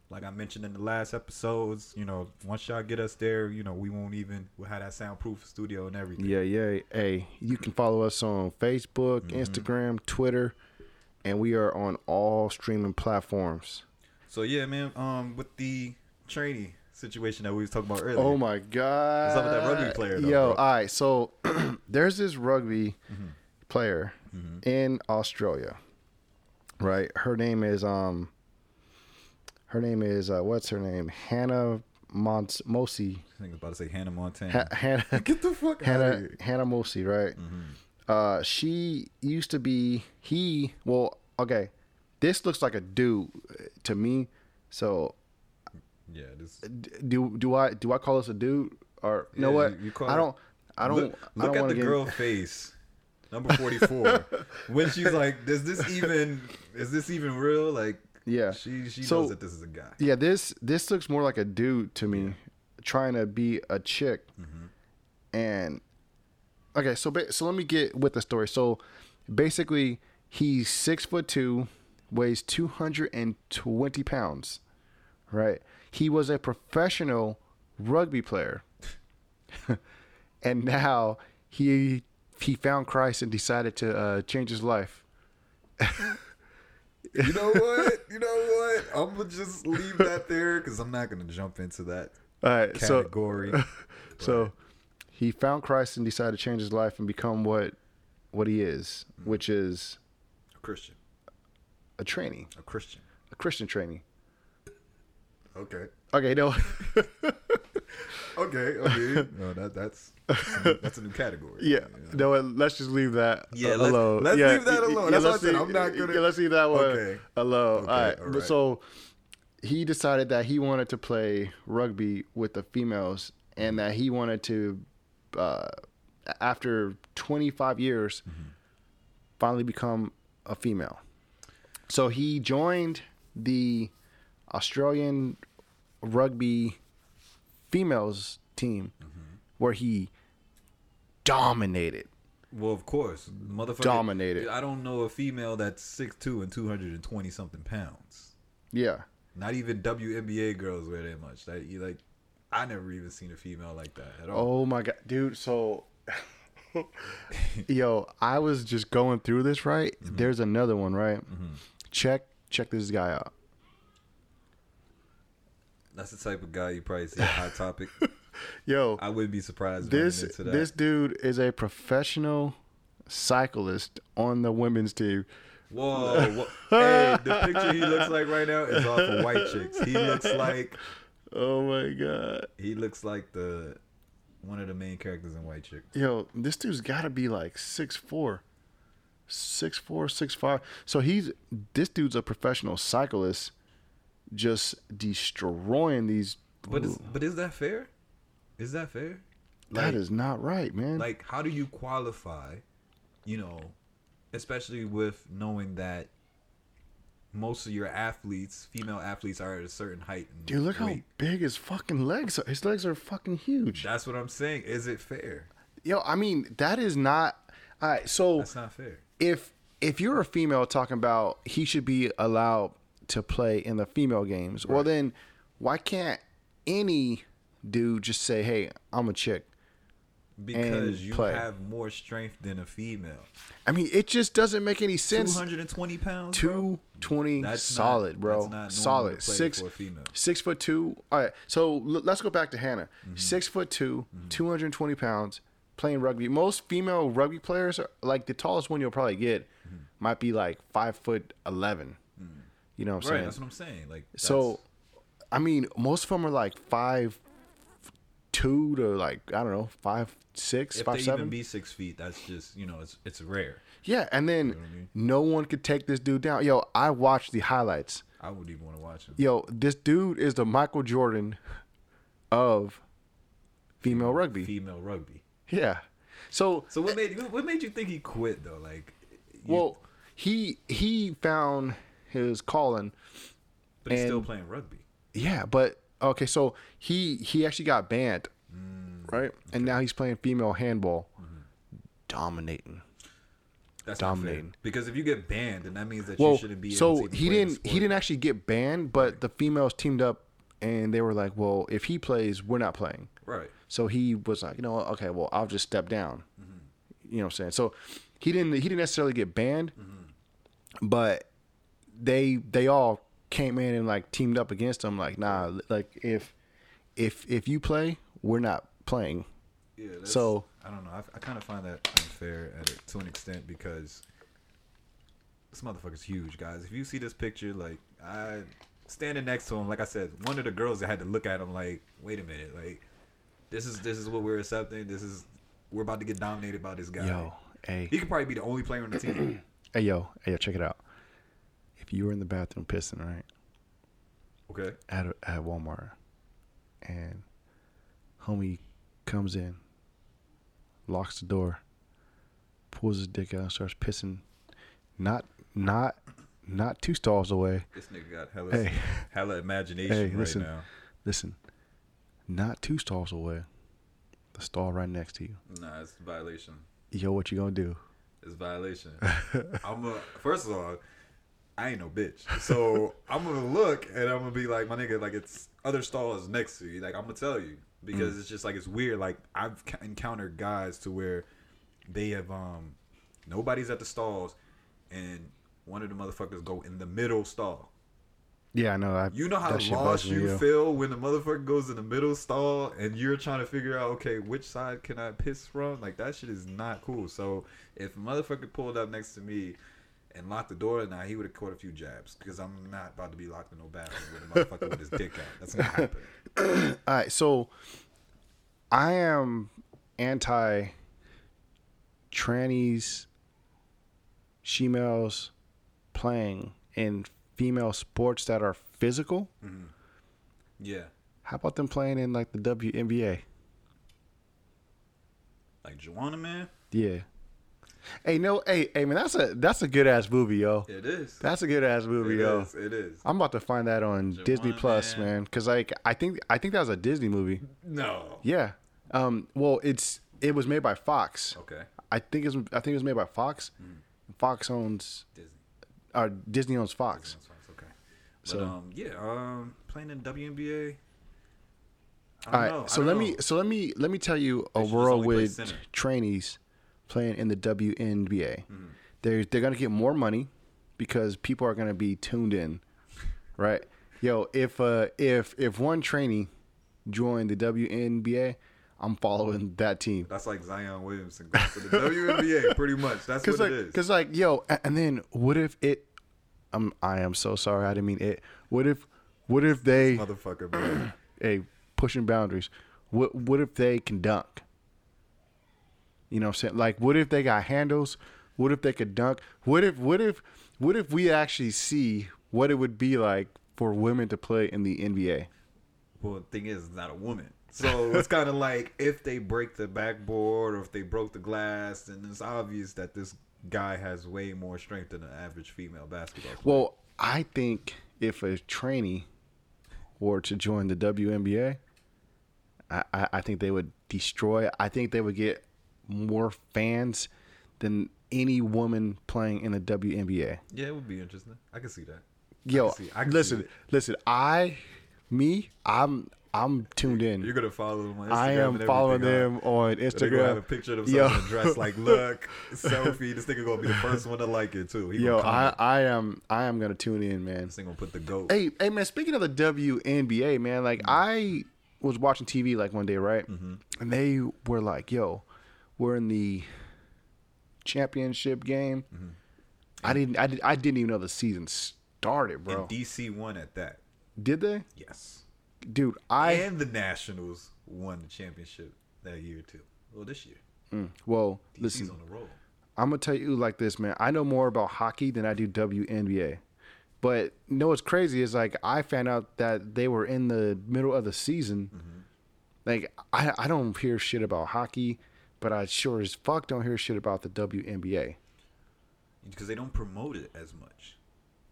A: Like I mentioned in the last episodes, you know, once y'all get us there, you know, we won't even we'll have that soundproof studio and everything.
B: yeah yeah Mm-hmm. hey you can follow us on facebook instagram twitter and we are on all streaming platforms
A: So yeah, man. Um, with the trainee situation that we was talking about earlier.
B: Oh my god!
A: What's up with that rugby player, though,
B: Yo,
A: bro? Mm-hmm.
B: all right. So there's this rugby player in Australia, right? Her name is um, her name is uh, what's her name? Hannah Mons Mosi.
A: I think I was about to say Hannah Montana.
B: Ha- Hannah.
A: get the fuck out of
B: Hannah
A: here. Mm-hmm.
B: Hannah Mosi, right? Uh, she used to be he. Well, okay, this looks like a dude uh, to me. So
A: Yeah, this.
B: d- do do I do I call this a dude or you know
A: Yeah,
B: what?
A: you- you call
B: I
A: it-
B: don't. I don't.
A: Look,
B: I don't
A: look at
B: want
A: the
B: to get.
A: girl face, number forty-four, when she's like, "Does this even? Is this even real?" Like,
B: Yeah.
A: she she
B: So-
A: knows that this is a guy.
B: Yeah, this this looks more like a dude to me, trying to be a chick, and okay. So ba- so let me get with the story. So basically, he's six foot two, weighs two hundred and twenty pounds, right? He was a professional rugby player, and now he he found Christ and decided to uh, change his life.
A: You know what? You know what? I'm gonna just leave that there because I'm not gonna jump into that
B: All right, so
A: category.
B: So he found Christ and decided to change his life and become what what he is, which is
A: a Christian,
B: a trainee,
A: a Christian.
B: a Christian trainee.
A: Okay,
B: Okay, no.
A: okay, okay. No, that that's that's a new category.
B: yeah. No, let's just leave that
A: Yeah,
B: uh,
A: let's-
B: alone.
A: let's
B: Yeah,
A: leave that
B: y-
A: alone.
B: yeah,
A: That's what I
B: let's
A: said.
B: leave-
A: I'm not gonna-
B: yeah, let's leave that one
A: Okay.
B: alone.
A: Okay,
B: all, right.
A: all right.
B: So he decided that he wanted to play rugby with the females and that he wanted to uh, after 25 years
A: Mm-hmm.
B: finally become a female. So he joined the Australian rugby females team
A: Mm-hmm.
B: where he dominated.
A: Well, of course, motherfucker
B: Dominated.
A: I don't know a female that's 6'2 and 220 something pounds.
B: Yeah.
A: Not even WNBA girls wear that much. That you like, I never even seen a female like that at all.
B: Oh my god, dude! So, yo, I was just going through this. Right,
A: Mm-hmm.
B: there's another one. Right, check check this guy out.
A: That's the type of guy you probably see at Hot Topic.
B: Yo,
A: I wouldn't be surprised. running
B: this
A: into that.
B: this dude is a professional cyclist on the women's team.
A: Whoa, whoa. hey, the picture he looks like right now is off of White Chicks. He looks like
B: Oh my god,
A: he looks like the one of the main characters in White Chicks.
B: yo, this dude's got to be like six four. Six four, six five. So he's this dude's a professional cyclist, just destroying these.
A: But is but is that fair? Is that fair?
B: that is not right, man.
A: like how do you qualify you know especially with knowing that most of your athletes female athletes are at a certain height and
B: Dude, look how
A: weight.
B: big his fucking legs are. His legs are fucking huge.
A: that's what i'm saying is it fair
B: Yo, I mean, that is not. All right, so
A: that's not fair
B: if if you're a female talking about he should be allowed to play in the female games, well then why can't any dude just say, "Hey, I'm a chick"?
A: because you
B: play.
A: have more strength than a female
B: I mean, it just doesn't make any sense.
A: 220 pounds bro?
B: Two twenty,
A: That's not-
B: solid, bro.
A: that's not normal to
B: solid.
A: play
B: Six,
A: for a female.
B: six foot two. All right, so l- let's go back to Hannah.
A: Mm-hmm.
B: Six foot 2 hundred and twenty pounds, playing rugby. Most female rugby players, are, like the tallest one you'll probably get,
A: Mm-hmm.
B: might be like five foot 11 You know what I'm
A: right
B: saying?
A: that's what i'm saying like that's,
B: so, I mean, most of them are like five two to like I don't know five six,
A: if
B: five
A: they
B: seven.
A: even be six feet that's just you know it's it's rare
B: yeah, and then no one could take this dude down. Yo, I watched the highlights.
A: i wouldn't even want to watch them
B: yo, this dude is the Michael Jordan of female rugby.
A: female rugby
B: Yeah. So
A: so what made what made you think he quit though like you-
B: well, he he found his calling.
A: but he's still
B: and-
A: playing rugby
B: Yeah, but okay, so he he actually got banned,
A: Mm.
B: right? And now he's playing female handball,
A: Mm-hmm.
B: dominating.
A: That's not fair.
B: dominating.
A: Because if you get banned, then that means that you
B: Well,
A: shouldn't be.
B: so
A: able to
B: he didn't he didn't actually get banned, but the females teamed up and they were like, "Well, if he plays, we're not playing."
A: Right.
B: So he was like, you know, what, okay, well, I'll just step down. You know what I'm saying? So he didn't he didn't necessarily get banned, but they they all came in and like teamed up against him. Like, nah, like if if if you play, we're not playing.
A: Yeah, that's,
B: So-
A: I don't know. I, I kind of find that unfair at a, to an extent because this motherfucker's huge, guys. If you see this picture, like I standing next to him, like I said, one of the girls that had to look at him, like, wait a minute, like this is this is what we're accepting. This is we're about to get dominated by this guy.
B: Yo, hey,
A: He could probably be the only player on the team.
B: hey, yo, hey, yo, check it out. If you were in the bathroom pissing, right,
A: okay.
B: at at Walmart, and homie comes in, locks the door, pulls his dick out, and starts pissing, not not not two stalls away.
A: This nigga got hella,
B: Hey.
A: hella imagination
B: Hey,
A: right
B: listen.
A: now.
B: Listen, not two stalls away, the stall right next to you.
A: Nah, it's a violation.
B: Yo, what you gonna do?
A: It's violation. I'm a first of all, I ain't no bitch. So I'm gonna look and I'm gonna be like, my nigga, like it's other stalls next to you. Like I'm gonna tell you because it's just like it's weird. Like I've ca- encountered guys to where they have um nobody's at the stalls and one of the motherfuckers go in the middle stall.
B: Yeah, I know. I,
A: You know how
B: that shit
A: lost
B: bugs me,
A: you
B: yo.
A: feel when the motherfucker goes in the middle stall and you're trying to figure out, okay, which side can I piss from? Like that shit is not cool. So if a motherfucker pulled up next to me and locked the door, now he would have caught a few jabs because I'm not about to be locked in no bathroom with a motherfucker with his dick out. That's not happening.
B: All right, so I am anti trannies, shemales playing in female sports that are physical.
A: Yeah,
B: How about them playing in like the WNBA?
A: like like Joanna Man.
B: Yeah. Hey, no, hey, hey, man, that's a that's a good ass movie, yo.
A: It is.
B: That's a good ass
A: It
B: movie, yo.
A: is. It is.
B: I'm about to find that on Disney
A: Jumanji.
B: Plus, man. Cause like I think I think that was a Disney movie.
A: No.
B: Yeah. Um. Well, it's it was made by Fox.
A: Okay.
B: I think it's I think it was made by Fox.
A: Mm.
B: Fox owns
A: Disney.
B: or Disney owns Fox.
A: That's why it's okay. But
B: So-
A: um, yeah, um, playing in WNBA. I don't
B: All right.
A: know. I
B: So
A: don't
B: let
A: know.
B: me so let me let me tell you a
A: should just
B: world
A: only play
B: with
A: center.
B: trainees playing in the WNBA.
A: Mm-hmm.
B: They're they're gonna get more money because people are gonna be tuned in, right? Yo, if uh if if one trainee joined the WNBA, I'm following that team.
A: That's like Zion Williamson going to the WNBA, pretty much. That's what
B: Cause like,
A: it is.
B: cause like, yo, a- and then what if it? Um, I am so sorry. I didn't mean it. What if? What if they?
A: Motherfucker, bro.
B: hey, pushing boundaries. What what if they can dunk? You know what I'm saying? Like what if they got handles? What if they could dunk? What if what if what if we actually see what it would be like for women to play in the NBA?
A: Well, the thing is, it's not a woman. So it's kind of like if they break the backboard or if they broke the glass, then it's obvious that this guy has way more strength than an average female basketball player.
B: Well, I think if a trainee were to join the WNBA, I, I, I think they would destroy. I think they would get more fans than any woman playing in the WNBA.
A: Yeah, it would be interesting. I can see that.
B: Yo,
A: can see- I can see
B: listen,
A: it.
B: listen. I, me, I'm, I'm tuned in.
A: You're gonna follow them on Instagram.
B: I am
A: and
B: following
A: everything, huh?
B: them on
A: They're gonna have a
B: Instagram.
A: picture of
B: Yo.
A: themselves in a dress. Like, look, selfie. This nigga gonna be the first one to like it too. He
B: Yo,
A: gonna comment.
B: I, I am, I am gonna tune in, man.
A: this nigga gonna put the goat.
B: Hey, hey, man. Speaking of the WNBA, man,
A: Mm-hmm.
B: like I was watching TV like one day, right? And they were like, "Yo, we're in the championship game."
A: Mm-hmm.
B: I didn't, I, did, I didn't even know the season started, bro.
A: and DC won at that.
B: Did they,
A: Yes.
B: dude? I
A: and the Nationals won the championship that year too. Well, this year.
B: mm, well,
A: DC's
B: listen.
A: on the roll.
B: I'm gonna tell you like this, man. I know more about hockey than I do WNBA. But you know what's crazy is like I found out that they were in the middle of the season. Like I, I don't hear shit about hockey, but I sure as fuck don't hear shit about the WNBA.
A: because they don't promote it as much.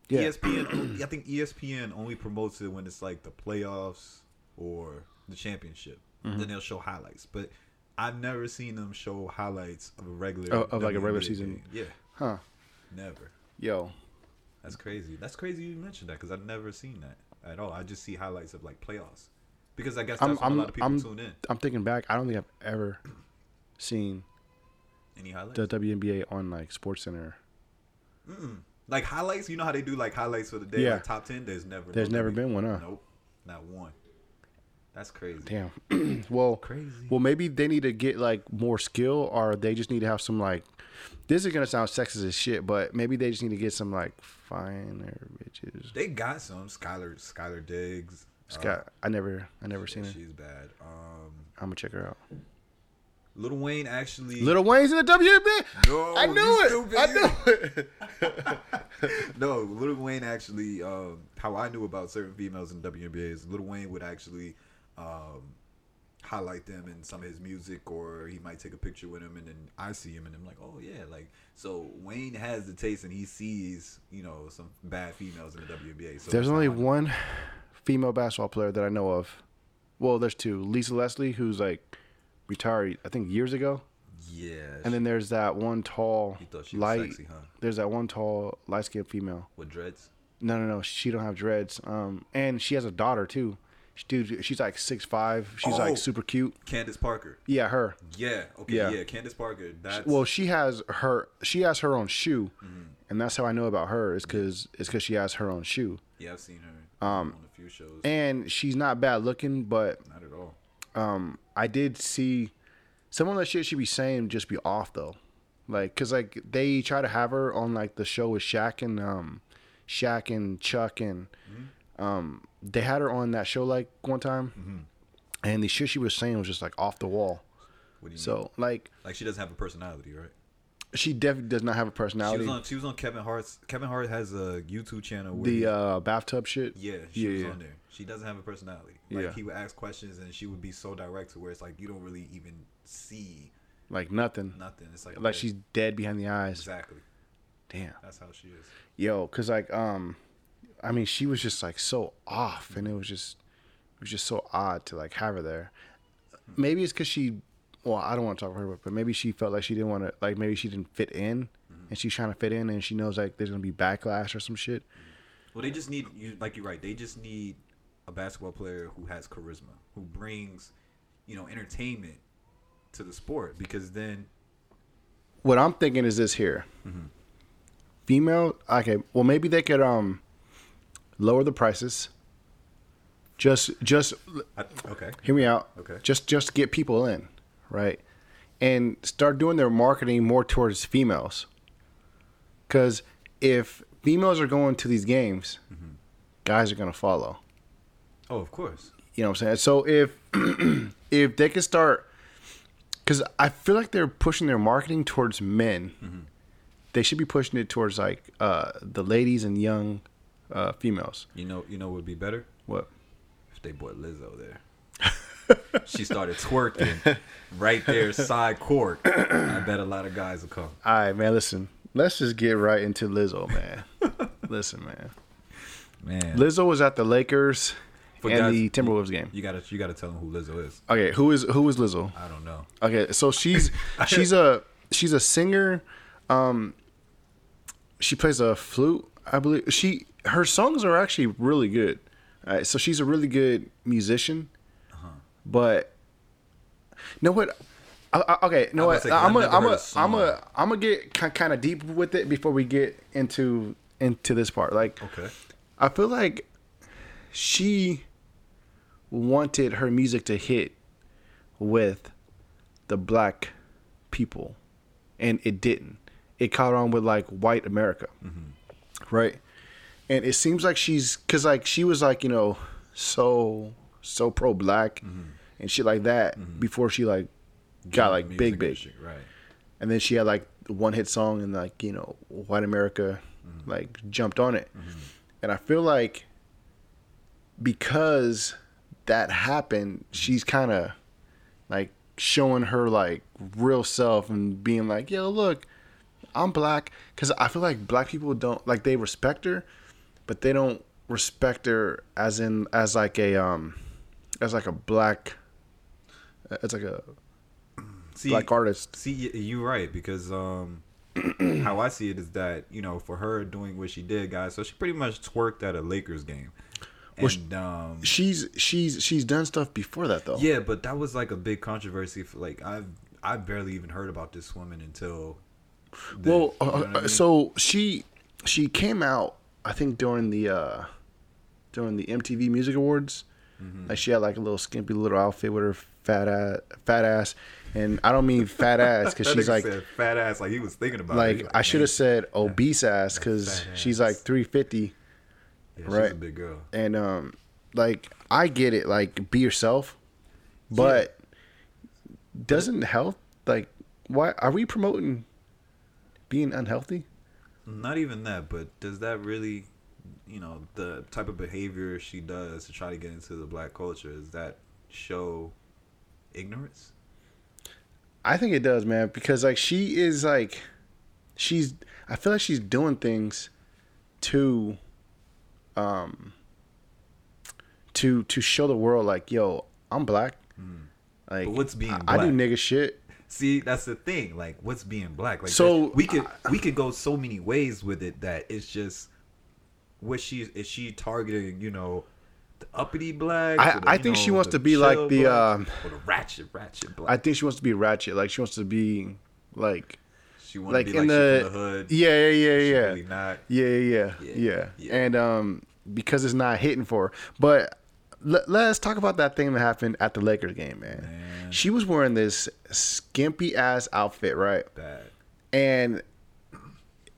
A: E
B: Yeah.
A: ESPN, only- I think E ESPN only promotes it when it's like the playoffs or the championship.
B: Mm-hmm.
A: Then they'll show highlights, but I've never seen them show highlights of a regular
B: Oh, of, like, a regular
A: WNBA
B: season.
A: game. Yeah,
B: Huh.
A: never.
B: Yo.
A: That's crazy. That's crazy. You mentioned that because I've never seen that at all. I just see highlights of like playoffs because I guess that's
B: I'm
A: when
B: I'm
A: a lot of people
B: I'm,
A: tune in.
B: I'm thinking back, I don't think I've ever seen
A: Any highlights?
B: the WNBA on like Sports Center.
A: like highlights. You know how they do like highlights for the day,
B: Yeah.
A: like top ten. There's never.
B: There's
A: no
B: never
A: WNBA.
B: been one, huh?
A: Nope, not one. That's crazy.
B: Damn. well,
A: Crazy.
B: Well, maybe they need to get like more skill, or they just need to have some like. This is gonna sound sexist as shit, but maybe they just need to get some like finer bitches.
A: They got some Skylar Skylar Diggs. Uh,
B: Scott, I never, I never seen her.
A: She's bad. Um,
B: I'm gonna check her out.
A: Lil Wayne actually.
B: Little Wayne's in the WNBA.
A: No,
B: I knew
A: you
B: it.
A: stupid, you-
B: I knew it.
A: no, Lil Wayne actually. Um, how I knew about certain females in WNBA is Lil Wayne would actually um, highlight them in some of his music, or he might take a picture with him, and then I see him, and I'm like, oh yeah, like so. Wayne has the taste, and he sees you know some bad females in the WNBA. So
B: There's
A: it's
B: only
A: not like-
B: one female basketball player that I know of. Well, there's two. Lisa Leslie, who's like retired, I think years ago,
A: Yeah,
B: and then there's that one tall,
A: he thought she was
B: light.
A: sexy, huh?
B: There's that one tall, light skinned female.
A: With dreads.
B: No, no, no. She don't have dreads. Um, and she has a daughter too. She, dude, she's like six five. She's
A: Oh.
B: like super cute.
A: Candace Parker.
B: Yeah, her.
A: Yeah. Okay.
B: Yeah.
A: Yeah. Candace Parker. That's
B: Well, she has her. She has her own shoe, and that's how I know about her is because it's because she has her own shoe.
A: yeah. I've seen her um, on a few shows.
B: And she's not bad looking, but
A: Not at all.
B: um, I did see some of the shit she be saying just be off though, like cause like they try to have her on like the show with Shaq and um, Shaq and Chuck and
A: Mm-hmm.
B: um, they had her on that show like one time, and the shit she was saying was just like off the wall.
A: What do you mean?
B: So like
A: Like she doesn't have a personality, right?
B: she definitely does not have a
A: She
B: personality.
A: was on. She was on Kevin Hart's. Kevin Hart has a YouTube channel where.
B: the
A: he-
B: uh, bathtub shit.
A: yeah, she was
B: yeah.
A: on there. She doesn't have a personality. Like
B: Yeah.
A: he would ask questions and she would be so direct to where it's like you don't really even see
B: Like nothing.
A: Nothing. It's like
B: Like
A: this.
B: she's dead behind the eyes.
A: exactly.
B: Damn.
A: That's how she is.
B: Yo, cause like um, I mean she was just like so off, and it was just it was just so odd to like have her there. Maybe it's cause she. Well, I don't want to talk about her, but maybe she felt like she didn't want to, like maybe she didn't fit in, and she's trying to fit in, and she knows like there's gonna be backlash or some shit.
A: Well, they just need you. Like you're right. They just need a basketball player who has charisma, who brings, you know, entertainment to the sport. Because then,
B: what I'm thinking is this here. Female, okay. Well, maybe they could um lower the prices. Just, just
A: I, okay,
B: hear me out.
A: Okay.
B: Just, just get people in, right? And start doing their marketing more towards females. Because if females are going to these games, guys are gonna follow.
A: oh, of course,
B: You know what I'm saying? So if if they could start, because I feel like they're pushing their marketing towards men, they should be pushing it towards like uh, the ladies and young uh, females.
A: you know, you know, what would be better
B: What?
A: if they brought Lizzo there. she started twerking right there, side court. I bet a lot of guys will come.
B: All right, man. Listen, let's just get right into Lizzo, man. listen, man.
A: Man,
B: Lizzo was at the Lakers
A: For
B: and
A: guys-
B: the Timberwolves game.
A: you gotta, you gotta tell them who Lizzo is.
B: Okay, who is who is Lizzo?
A: I don't know.
B: Okay, so she's she's a she's a singer. Um, she plays a flute, I believe. She her songs are actually really good. All right, so she's a really good musician.
A: Uh-huh.
B: But you know what? I, I, okay, you know
A: I
B: what?
A: was gonna say, 'cause
B: I'm
A: I've
B: gonna
A: never
B: I'm
A: heard a
B: gonna I'm
A: song.
B: gonna I'm gonna get kind of deep with it before we get into into this part. Like,
A: Okay,
B: I feel like she wanted her music to hit with the black people, and it didn't. It caught on with like white America, Mm-hmm. right? And it seems like she's because like she was like you know so so pro black and shit like that before she like Mm-hmm. got like big
A: Music
B: big
A: industry, right?
B: and then she had like one hit song and like you know white america like jumped on it and i feel like because that happened she's kind of like showing her like real self and being like yo look i'm black because i feel like black people don't like they respect her but they don't respect her as in as like a um as like a black as like a
A: See,
B: black artist
A: See, y- you're right because um, how I see it is that you know, for her doing what she did, guys, so she pretty much twerked at a Lakers game, and um,
B: she's she's she's done stuff before that though.
A: yeah, but that was like a big controversy. For, like I've I barely even heard about this woman until then,
B: well,
A: you know
B: uh,
A: what I mean?
B: so she she came out I think during the uh during the MTV Music Awards.
A: Mm-hmm.
B: Like she had like a little skimpy little outfit with her fat ass, fat ass, and I don't mean fat ass because
A: That
B: she's
A: nigga
B: like
A: said fat ass, like he was thinking about it. He
B: like
A: was
B: I should
A: "Man,
B: have said obese ass because
A: fat
B: she's
A: ass.
B: like three fifty
A: yeah,
B: right.
A: She's a big girl.
B: and um like I get it like be yourself, but doesn't health like why are we promoting being unhealthy?
A: Not even that, but does that really, you know, the type of behavior she does to try to get into the black culture, does that show ignorance?
B: I think it does, man, because like she is like she's I feel like she's doing things to um to to show the world like, yo, I'm black. Like
A: Mm. But what's being
B: I, I do
A: black?
B: nigga shit.
A: See, that's the thing. Like, what's being black? Like,
B: So,
A: we could we could go so many ways with it that it's just what she is. She targeting, you know, the uppity black.
B: I- I think she wants to be like the, um,
A: or the ratchet ratchet
B: I
A: black.
B: think she wants to be ratchet. Like she wants to be like
A: she wants
B: like
A: to be
B: in
A: like she
B: the,
A: from the hood.
B: Yeah, yeah,
A: She
B: yeah, yeah.
A: really not.
B: Yeah, yeah,
A: Yeah,
B: yeah, yeah,
A: yeah.
B: And um, because it's not hitting for her. But l- let's talk about that thing that happened at the Lakers game, man.
A: Man.
B: She was wearing this skimpy ass outfit, right?
A: Bad.
B: And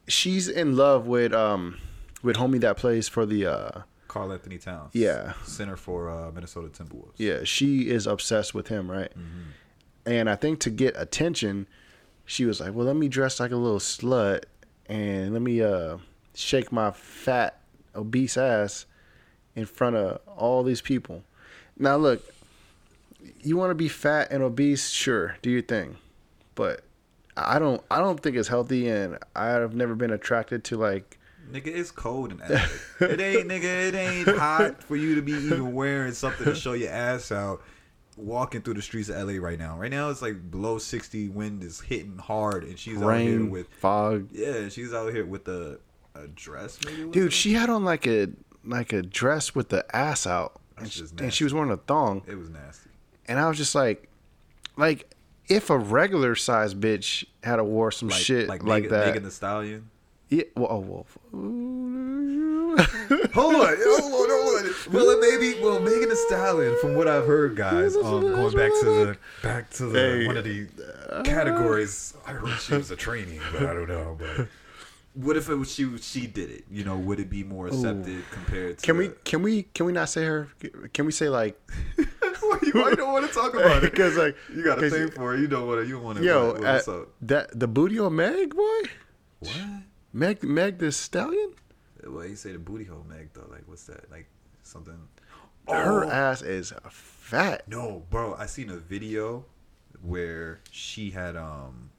B: she's in love with um with homie that plays for the uh
A: Carl Anthony Towns.
B: Yeah.
A: Center for uh, Minnesota Timberwolves.
B: yeah she is obsessed with him, right?
A: Mm-hmm.
B: And I think to get attention, she was like, "Well, let me dress like a little slut and let me uh shake my fat obese ass in front of all these people." Now look, you want to be fat and obese, sure, do your thing. but I don't I don't think it's healthy, and I've never been attracted to like
A: Nigga, it's cold in Africa. it ain't nigga, it ain't hot for you to be even wearing something to show your ass out. Walking through the streets of LA right now. Right now it's like below sixty. Wind is hitting hard, and she's out here
B: rain,
A: with
B: fog.
A: yeah, she's out here with a, a dress. Maybe it was?
B: Dude, she had on like a like a dress with the ass out, and
A: That's
B: she,
A: just
B: and
A: nasty.
B: she was wearing a thong,
A: it was nasty.
B: and I was just like, like if a regular size bitch had a wore some
A: Like,
B: shit
A: like,
B: like,
A: Megan,
B: that,
A: Megan the Stallion.
B: yeah, well, oh, well,
A: Hold on, hold on, hold on. Well, it maybe well Megan Thee Stallion, from what I've heard, guys. Um, going back to the back to the
B: Hey.
A: one of the uh, categories. I heard she was a trainee, but I don't know. But what if it was she she did it? You know, would it be more accepted compared to?
B: Can we can we can we not say her? Can we say like
A: Why you why you don't want to talk about it?
B: because like
A: you got to
B: 'cause-
A: thing for it. You don't want to. You want to.
B: Yo,
A: what, what's
B: uh,
A: up?
B: that the booty on Meg boy,
A: What?
B: Meg Meg the stallion.
A: Well, you say the booty hole, Meg. Though, like, what's that? Like something.
B: Her
A: Oh.
B: ass is fat.
A: No, bro, I seen a video where she had um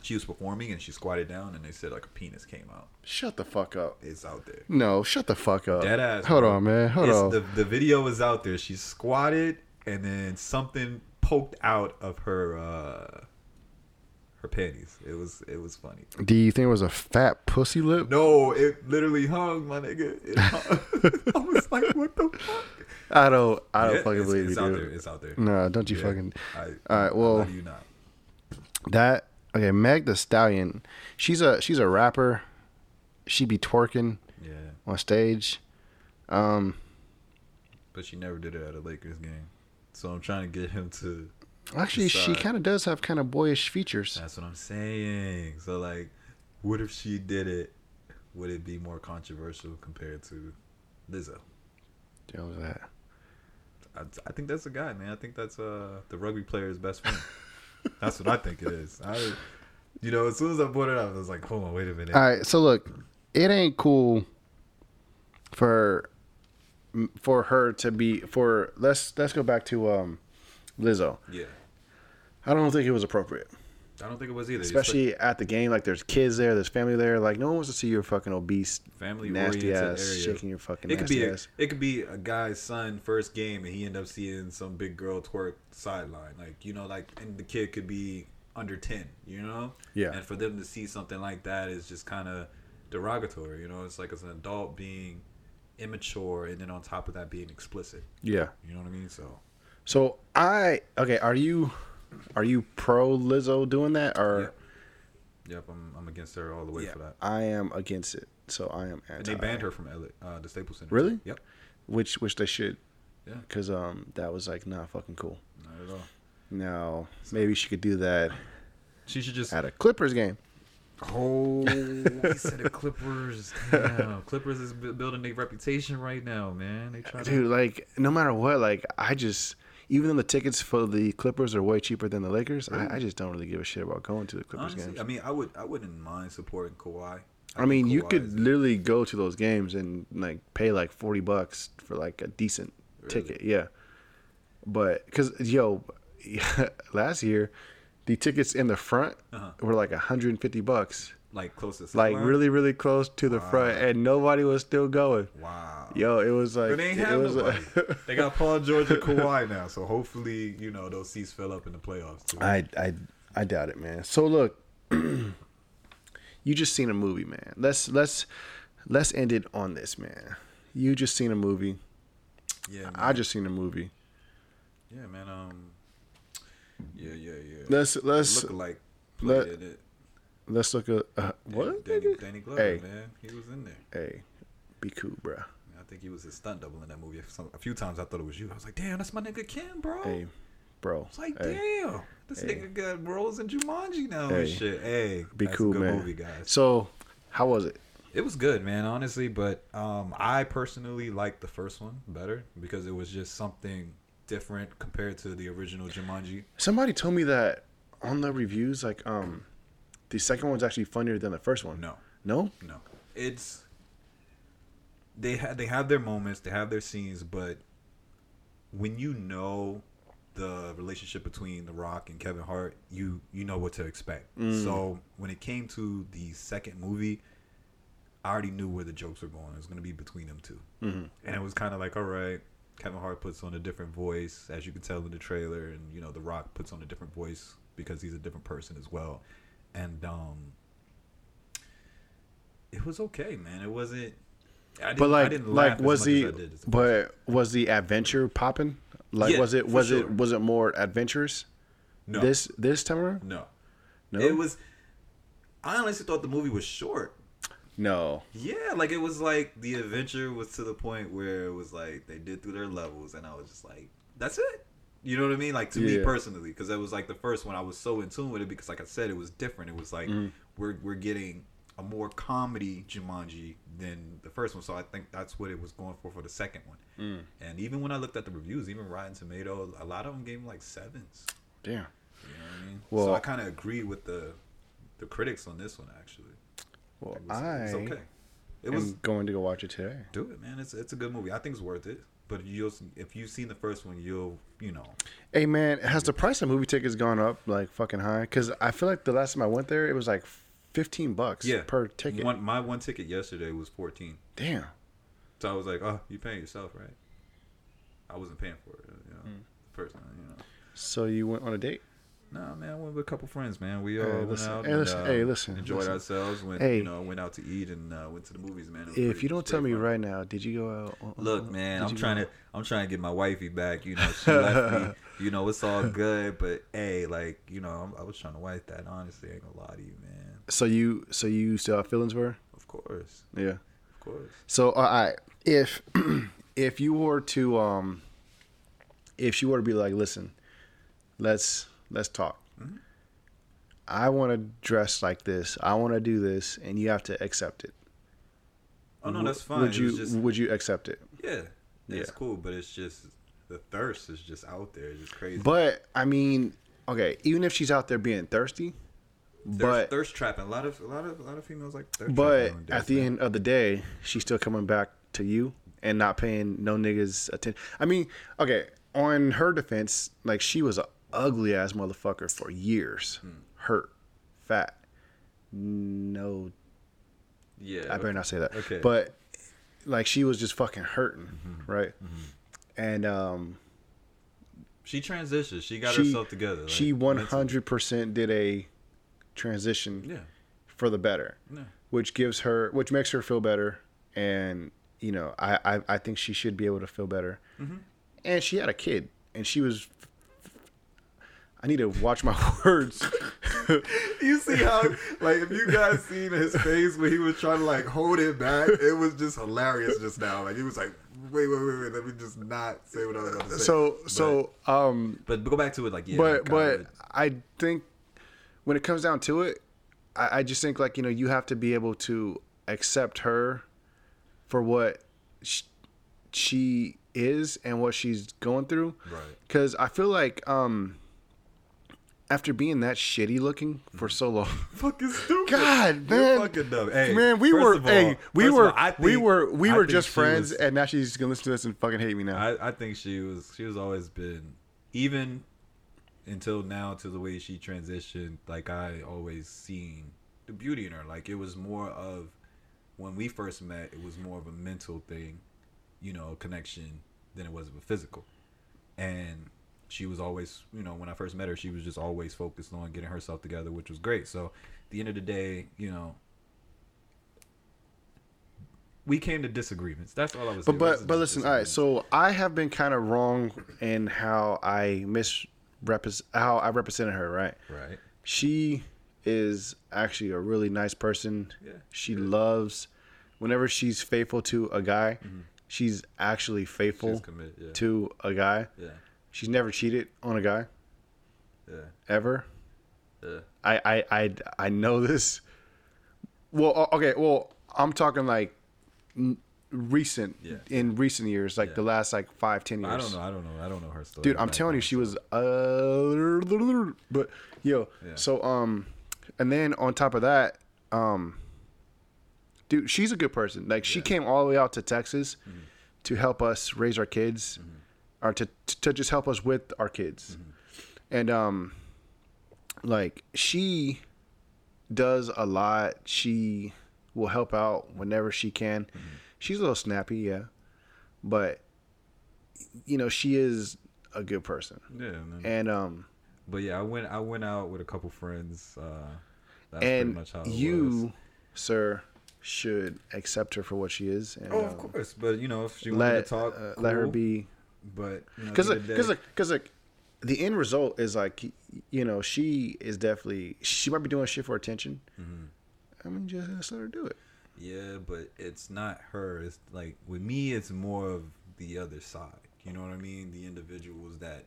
A: she was performing and she squatted down and they said like a penis came out.
B: Shut the fuck up.
A: It's out there.
B: No, shut the fuck up.
A: Dead ass.
B: Hold
A: bro.
B: on, man. Hold
A: It's-
B: on.
A: The the video is out there. She squatted and then something poked out of her uh her panties. It was it was funny.
B: Do you think it was a fat pussy lip?
A: No, it literally hung, my nigga. It hung. I was like, what the fuck?
B: I don't. I don't
A: Yeah,
B: fucking
A: it's,
B: believe
A: it's
B: you,
A: out
B: do.
A: there. It's out there.
B: No, don't you
A: Yeah.
B: fucking.
A: I,
B: All right.
A: how
B: Well,
A: do you not?
B: that okay. Meg the stallion. She's a she's a rapper. She be twerking
A: Yeah,
B: on stage. Um,
A: but she never did it at a Lakers game. So I'm trying to get him to
B: actually, she
A: Decide.
B: kind of does have kind of boyish features.
A: That's what I'm saying. So like, what if she did it? Would it be more controversial compared to Lizzo?
B: Deal with that.
A: I, I think that's a guy, man. I think that's uh the rugby player's best friend. that's what I think it is. I, you know, as soon as I brought it up, I was like, hold on, wait a minute.
B: All right, so look, it ain't cool for for her to be for let's let's go back to um Lizzo.
A: yeah,
B: I don't think it was appropriate,
A: I don't think it was either. It's like
B: especially at the game. Like, there's kids there, there's family there. Like, no one wants to see your fucking obese,
A: family
B: nasty
A: oriented
B: ass
A: area.
B: shaking your fucking
A: it could
B: nasty
A: be a,
B: ass.
A: it could be a guy's son first game and he end up seeing some big girl twerk sideline like you know like and the kid could be under 10 you know
B: Yeah.
A: and for them to see something like that is just kind of derogatory you know it's like as an adult being immature and then on top of that being explicit
B: Yeah.
A: you know what i mean so
B: So I okay. Are you are you pro Lizzo doing that or
A: yep i'm, I'm against her all the way for that
B: I am against it. So I am
A: and
B: anti.
A: they banned her from LA, uh, the Staples Center.
B: Really?
A: Yep.
B: Which which they should.
A: Yeah.
B: Because um that was like not fucking cool.
A: Not at all.
B: No, maybe she could do that
A: She should just
B: at a Clippers game.
A: Oh, he said the Clippers. Damn, Clippers is bu- building their reputation right now, man. They try to.
B: Dude, like no matter what, like I just even though the tickets for the Clippers are way cheaper than the Lakers, I, I just don't really give a shit about going to the Clippers
A: Honestly,
B: games.
A: I mean, I would, I wouldn't mind supporting Kawhi.
B: I mean,
A: think
B: you
A: Kawhi is-
B: could literally go to those games and like pay like forty bucks for like a decent ticket, yeah. But because yo, last year the tickets in the front
A: Uh-huh.
B: were like hundred and fifty bucks,
A: like close to
B: like
A: sideline?
B: really, really close to the front, and nobody was still going.
A: Wow.
B: Yo, it was like
A: But they ain't
B: it
A: have
B: was,
A: nobody.
B: uh,
A: they got Paul George and Kawhi now, so hopefully, you know, those seats fill up in the playoffs too.
B: I I I doubt it, man. So look, you just seen a movie, man. Let's let's let's end it on this, man. You just seen a movie.
A: yeah, man.
B: I just seen a movie.
A: yeah, man. Um, yeah, yeah, yeah.
B: Let's let's
A: Look like
B: let-
A: played in it.
B: let's look at uh, what?
A: Danny,
B: nigga?
A: Danny Glover,
B: Hey.
A: man. He was in there.
B: Hey, be cool, bruh.
A: I think he was a stunt double in that movie. Some- A few times I thought it was you. I was like, damn, that's my nigga Kim, bro.
B: Hey, bro.
A: Oh. It's like,
B: Hey,
A: damn, this nigga got roles in Jumanji now and
B: Hey.
A: shit. Hey,
B: be
A: that's
B: cool,
A: a good
B: man.
A: movie, guys.
B: So, how was it?
A: It was good, man, honestly, but um, I personally liked the first one better because it was just something different compared to the original Jumanji.
B: Somebody told me that on the reviews, like um, the second one's actually funnier than the first one.
A: No.
B: No.
A: No, it's they ha- they have their moments, they have their scenes, but when you know the relationship between The Rock and Kevin Hart, you you know what to expect.
B: Mm.
A: So when it came to the second movie, I already knew where the jokes were going. It was going to be between them 2
B: Mm-hmm.
A: and it was kind of like, all right, Kevin Hart puts on a different voice, as you can tell in the trailer, and you know, The Rock puts on a different voice because he's a different person as well, and um, it was okay, man. It wasn't. I didn't,
B: But
A: I
B: like,
A: didn't laugh
B: like
A: as
B: was
A: much as
B: the
A: I did as-
B: but was the adventure popping? Like,
A: Yeah,
B: was it
A: for
B: was
A: sure.
B: it was it more adventurous?
A: no,
B: This this time around?
A: no,
B: No,
A: It was. I honestly thought the movie was short.
B: no.
A: Yeah, like it was like the adventure was to the point where it was like they did through their levels, and I was just like, "That's it." You know what I mean? Like to me
B: Yeah.
A: personally, because that was like the first one I was so in tune with it because, like I said, it was different. It was like
B: Mm-hmm.
A: we're we're getting a more comedy Jumanji than the first one, so I think that's what it was going for for the second
B: Mm.
A: one. And even when I looked at the reviews, even Rotten Tomatoes, a lot of them gave them like sevens.
B: Damn.
A: You know what I mean? so
B: Well-
A: I kind of agree with the the critics on this one actually.
B: Well,
A: It was,
B: I
A: it was okay. It
B: am
A: was
B: going to go watch it today.
A: do it, man. It's it's a good movie. I think it's worth it. But you'll if you've seen the first one, you'll you know.
B: Hey man, has the price of movie tickets gone up like fucking high? Because I feel like the last time I went there, it was like fifteen bucks
A: Yeah,
B: per ticket.
A: One, my one ticket yesterday was fourteen,
B: Damn.
A: so I was like, oh, you paying yourself, right? I wasn't paying for it, you know. The first time, you know.
B: So you went on a date?
A: Nah, man, I went with a couple friends, man. We all went
B: listen.
A: out
B: Hey,
A: and
B: listen.
A: uh,
B: Hey, listen.
A: enjoyed
B: Listen.
A: ourselves. Went
B: Hey.
A: you know went out to eat and uh, went to the movies, man. It was
B: If
A: pretty-
B: you
A: it was
B: don't tell
A: pretty
B: me
A: fun.
B: right now, did you go out? on-
A: Look,
B: on-
A: man,
B: did
A: I'm
B: you
A: trying
B: go-
A: to I'm trying to get my wifey back. You know, she left me. You know, it's all good, but hey, like you know, I'm, I was trying to wife that. Honestly, I ain't gonna lie to you, man.
B: So you, so you still have feelings for her?
A: Of course,
B: Yeah.
A: of course.
B: So all right, if if you were to um, if she were to be like, listen, let's let's talk.
A: Mm-hmm.
B: I want to dress like this. I want to do this, and you have to accept it.
A: Oh no,
B: Wo-
A: that's fine.
B: Would
A: It was
B: you
A: just,
B: would you accept it?
A: yeah, it's
B: Yeah.
A: cool, but it's just the thirst is just out there. It's just crazy.
B: But I mean, okay, even if she's out there being thirsty,
A: thirst,
B: but
A: thirst trapping. A lot of a lot of a lot of females like thirst
B: but
A: trapping.
B: at the end of the day, she's still coming back to you and not paying no niggas attention. I mean, okay, on her defense, like she was a ugly ass motherfucker for years,
A: Hmm.
B: hurt, fat. No,
A: yeah,
B: I better not say that.
A: Okay. Mm-hmm.
B: but like she was just fucking hurting, right? And um,
A: she transitioned. She got
B: she-
A: herself together. like,
B: she one
A: mentally.
B: hundred percent did a transition
A: Yeah,
B: for the better,
A: no,
B: which gives her, which makes her feel better, and you know, I I, I think she should be able to feel better. And she had a kid, and she was. I need to watch my words.
A: You see how, like, if you guys seen his face when he was trying to like hold it back, it was just hilarious just now. Like he was like, "Wait, wait, wait, wait, let me just not say what I was about to say."
B: so so um
A: but go back to it, like, yeah,
B: but but I think when it comes down to it, I, I just think like you know you have to be able to accept her for what she, she is and what she's going through.
A: Right.
B: Because I feel like um after being that shitty looking for so long.
A: fucking stupid.
B: God,
A: You're
B: man.
A: fucking dumb. Hey,
B: Man, we
A: first
B: were
A: of all-
B: hey, we
A: first of
B: were
A: all, I
B: we
A: think-
B: were we
A: I
B: were
A: think
B: just
A: she
B: friends,
A: was-
B: and now she's gonna listen to this and fucking hate me now.
A: I, I think she was she was always been even until now to the way she transitioned. Like I always seen the beauty in her. Like it was more of when we first met. It was more of a mental thing, you know, connection than it was of a physical. And she was always, you know, when I first met her, she was just always focused on getting herself together, which was great. So, at the end of the day, you know. We came to disagreements. That's all I was.
B: But but, but listen, all right. So I have been kind of wrong in how I misrepres how I represented her. Right?
A: right.
B: She is actually a really nice person.
A: Yeah,
B: She loves. Whenever she's faithful to a guy, she's actually faithful
A: Mm-hmm. She's committed, yeah.
B: to a guy.
A: Yeah,
B: She's never cheated on a guy
A: yeah,
B: ever.
A: yeah.
B: I I I, I know this. Well, o- okay. Well, I'm talking like n- recent
A: Yeah.
B: in recent years, like the last like five ten years.
A: I don't know. I don't know. I don't know her story.
B: dude i'm telling you she was uh but yo
A: Yeah.
B: so um and then on top of that um dude she's a good person like she came all the way out to texas to help us raise our kids or to to just help us with our kids, and um, like she does a lot. She will help out whenever she can. She's a little snappy, yeah, but you know she is a good person,
A: Yeah. no.
B: and um,
A: But yeah, I went I went out with a couple friends. Uh, that's
B: and
A: pretty much how it was.
B: you, sir, should accept her for what she is. And,
A: Oh,
B: um,
A: of course. But you know, if she wanted
B: let
A: to talk,
B: uh, let her
A: cool.
B: be
A: But
B: because because like, 'cause, like the end result is like y- you know she is definitely she might be doing shit for attention.
A: Mm-hmm.
B: I mean, just just let her do it.
A: yeah, but it's not her. It's like with me, it's more of the other side. You know what I mean? The individuals that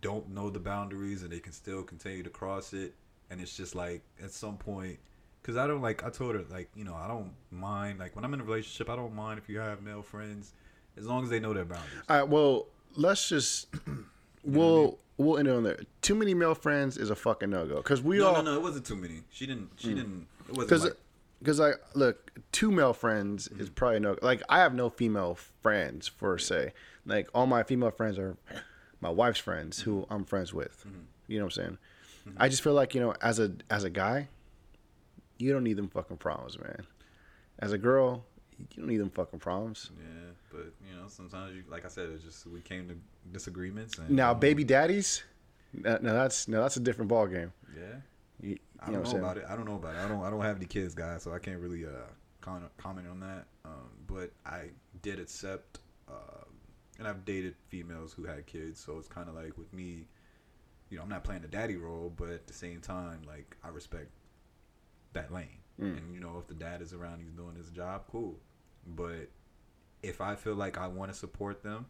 A: don't know the boundaries and they can still continue to cross it. And it's just like at some point, because I don't like. I told her like you know I don't mind like when I'm in a relationship I don't mind if you have male friends as long as they know their boundaries.
B: All right, well, let's just we'll we'll end it on there. Too many male friends is a fucking no go because we
A: No,
B: all
A: no, no. It wasn't too many. She didn't. She didn't. It wasn't.
B: because
A: Like, Mm-hmm.
B: because like look two male friends is probably no like i have no female friends per se like all my female friends are my wife's friends who
A: Mm-hmm.
B: i'm friends with you know what i'm saying i just feel like you know as a as a guy you don't need them fucking problems man as a girl you don't need them fucking problems
A: yeah, but you know, sometimes you like I said, it's just we came to disagreements. And,
B: now baby daddies now now that's now that's a different ball game
A: Yeah.
B: you, you
A: I don't
B: know what
A: know,
B: i'm saying
A: about it. I don't know about it. I don't. I don't have any kids, guys, so I can't really uh con- comment on that. Um, but I did accept, um, and I've dated females who had kids, so it's kind of like with me, you know, I'm not playing the daddy role, but at the same time, like I respect that lane,
B: Mm.
A: and you know, if the dad is around, he's doing his job, cool. But if I feel like I want to support them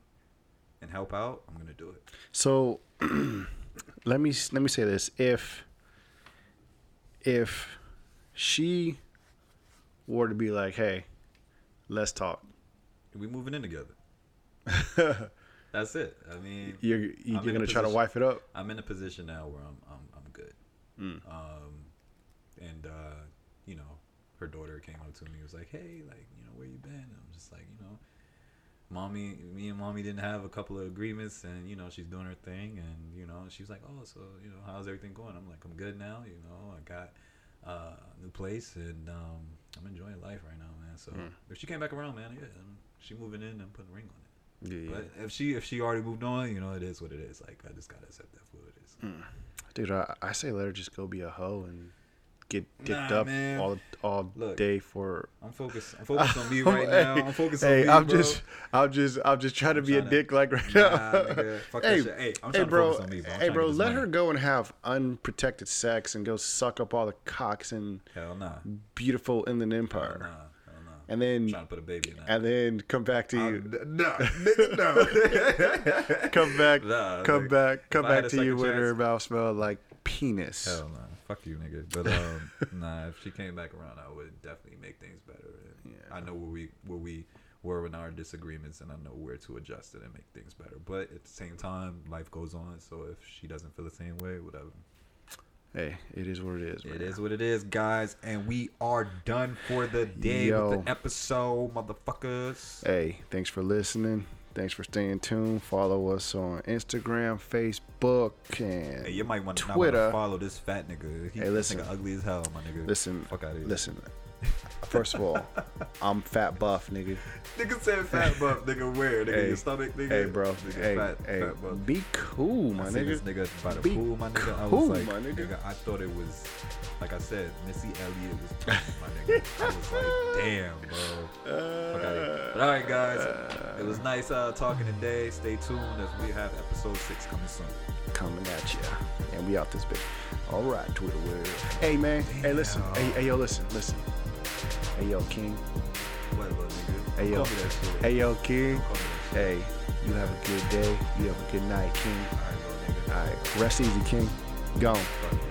A: and help out, I'm gonna do it.
B: So let me let me say this: if if she were to be like, "Hey, let's talk,"
A: We moving in together. That's it. I mean,
B: you're you,
A: in
B: you're
A: a
B: gonna try to
A: position-
B: wife it up.
A: I'm in a position now where I'm I'm, I'm good. Um, and uh, you know, her daughter came up to me was like, "Hey, like, you know, where you been?" And I'm just like, you know, mommy, me and mommy didn't have a couple of agreements, and you know, she's doing her thing, and you know, she's like, "Oh, so you know, how's everything going?" I'm like, "I'm good now. You know, I got uh, a new place, and um, I'm enjoying life right now, man." So if she came back around, man, yeah, I'm- she moving in, I'm putting a ring on it. But if she if she already moved on, you know it is what it is. Like I just gotta accept that for what it is.
B: Dude, I, I say let her just go be a hoe and get dicked
A: Nah,
B: up
A: man.
B: all all
A: Look.
B: day for.
A: I'm focused. I'm focused on me right now. I'm focused on
B: hey,
A: me,
B: I'm
A: bro.
B: just, I'm just, I'm just trying to be
A: tryna-
B: a dick like right
A: Nah,
B: now.
A: nigga, fuck that shit. Hey, I'm trying to
B: bro,
A: focus on me, bro. I'm
B: hey,
A: tryna
B: bro,
A: get this
B: let
A: money.
B: her go and have unprotected sex and go suck up all the cocks in
A: Hell nah.
B: beautiful Inland
A: Nah.
B: Empire,
A: Hell nah.
B: and
A: I'm
B: then
A: trying to put a baby in that.
B: and then come back to you,
A: Um, no, nigga, no.
B: come back,
A: Nah,
B: come
A: like,
B: back, come
A: if I had
B: back
A: a
B: to you
A: second
B: with her
A: chance-
B: mouth smell like penis.
A: Hell nah. Fuck you, nigga. But um, nah. If she came back around, I would definitely make things better. And I know where we where we were in our disagreements, and I know where to adjust it and make things better. But at the same time, life goes on. So if she doesn't feel the same way, whatever.
B: Hey, it is what it is. Man.
A: It is what it is, guys, and we are done for the day
B: Yo.
A: with the episode, motherfuckers.
B: Hey, thanks for listening. Thanks for staying tuned. Follow us on Instagram, Facebook, and
A: Hey, you might want to
B: Twitter.
A: follow this fat nigga. He,
B: Hey,
A: this
B: listen.
A: nigga ugly as hell, my nigga.
B: listen,
A: fuck out of here.
B: listen. First of all, I'm fat buff, nigga.
A: nigga said fat buff, nigga. Where, nigga?
B: Hey,
A: your stomach, nigga.
B: hey, bro.
A: Nigga,
B: Hey,
A: fat,
B: hey,
A: fat buff.
B: be cool, my
A: I seen this
B: nigga.
A: nigga by the
B: Be
A: pool, my nigga. I was
B: cool,
A: like,
B: my nigga.
A: I thought it was, like I said, Missy Elliott was pregnant, my nigga. I was like, damn, bro. Fuck outta
B: Uh,
A: here. But all right, guys, it was nice uh, talking today. Stay tuned as we have episode six coming soon.
B: Coming at ya, and we out this bitch. All right, Twitter world. Hey man, hey listen, hey, hey yo, listen, listen. Hey yo, King.
A: What, little nigga?
B: Hey
A: Call
B: yo,
A: me that shit.
B: hey yo, King.
A: Call me that shit.
B: Hey, you have a good day. You have a good night, King.
A: All right, little nigga.
B: All right, rest easy, King. Gone.
A: Fuck you.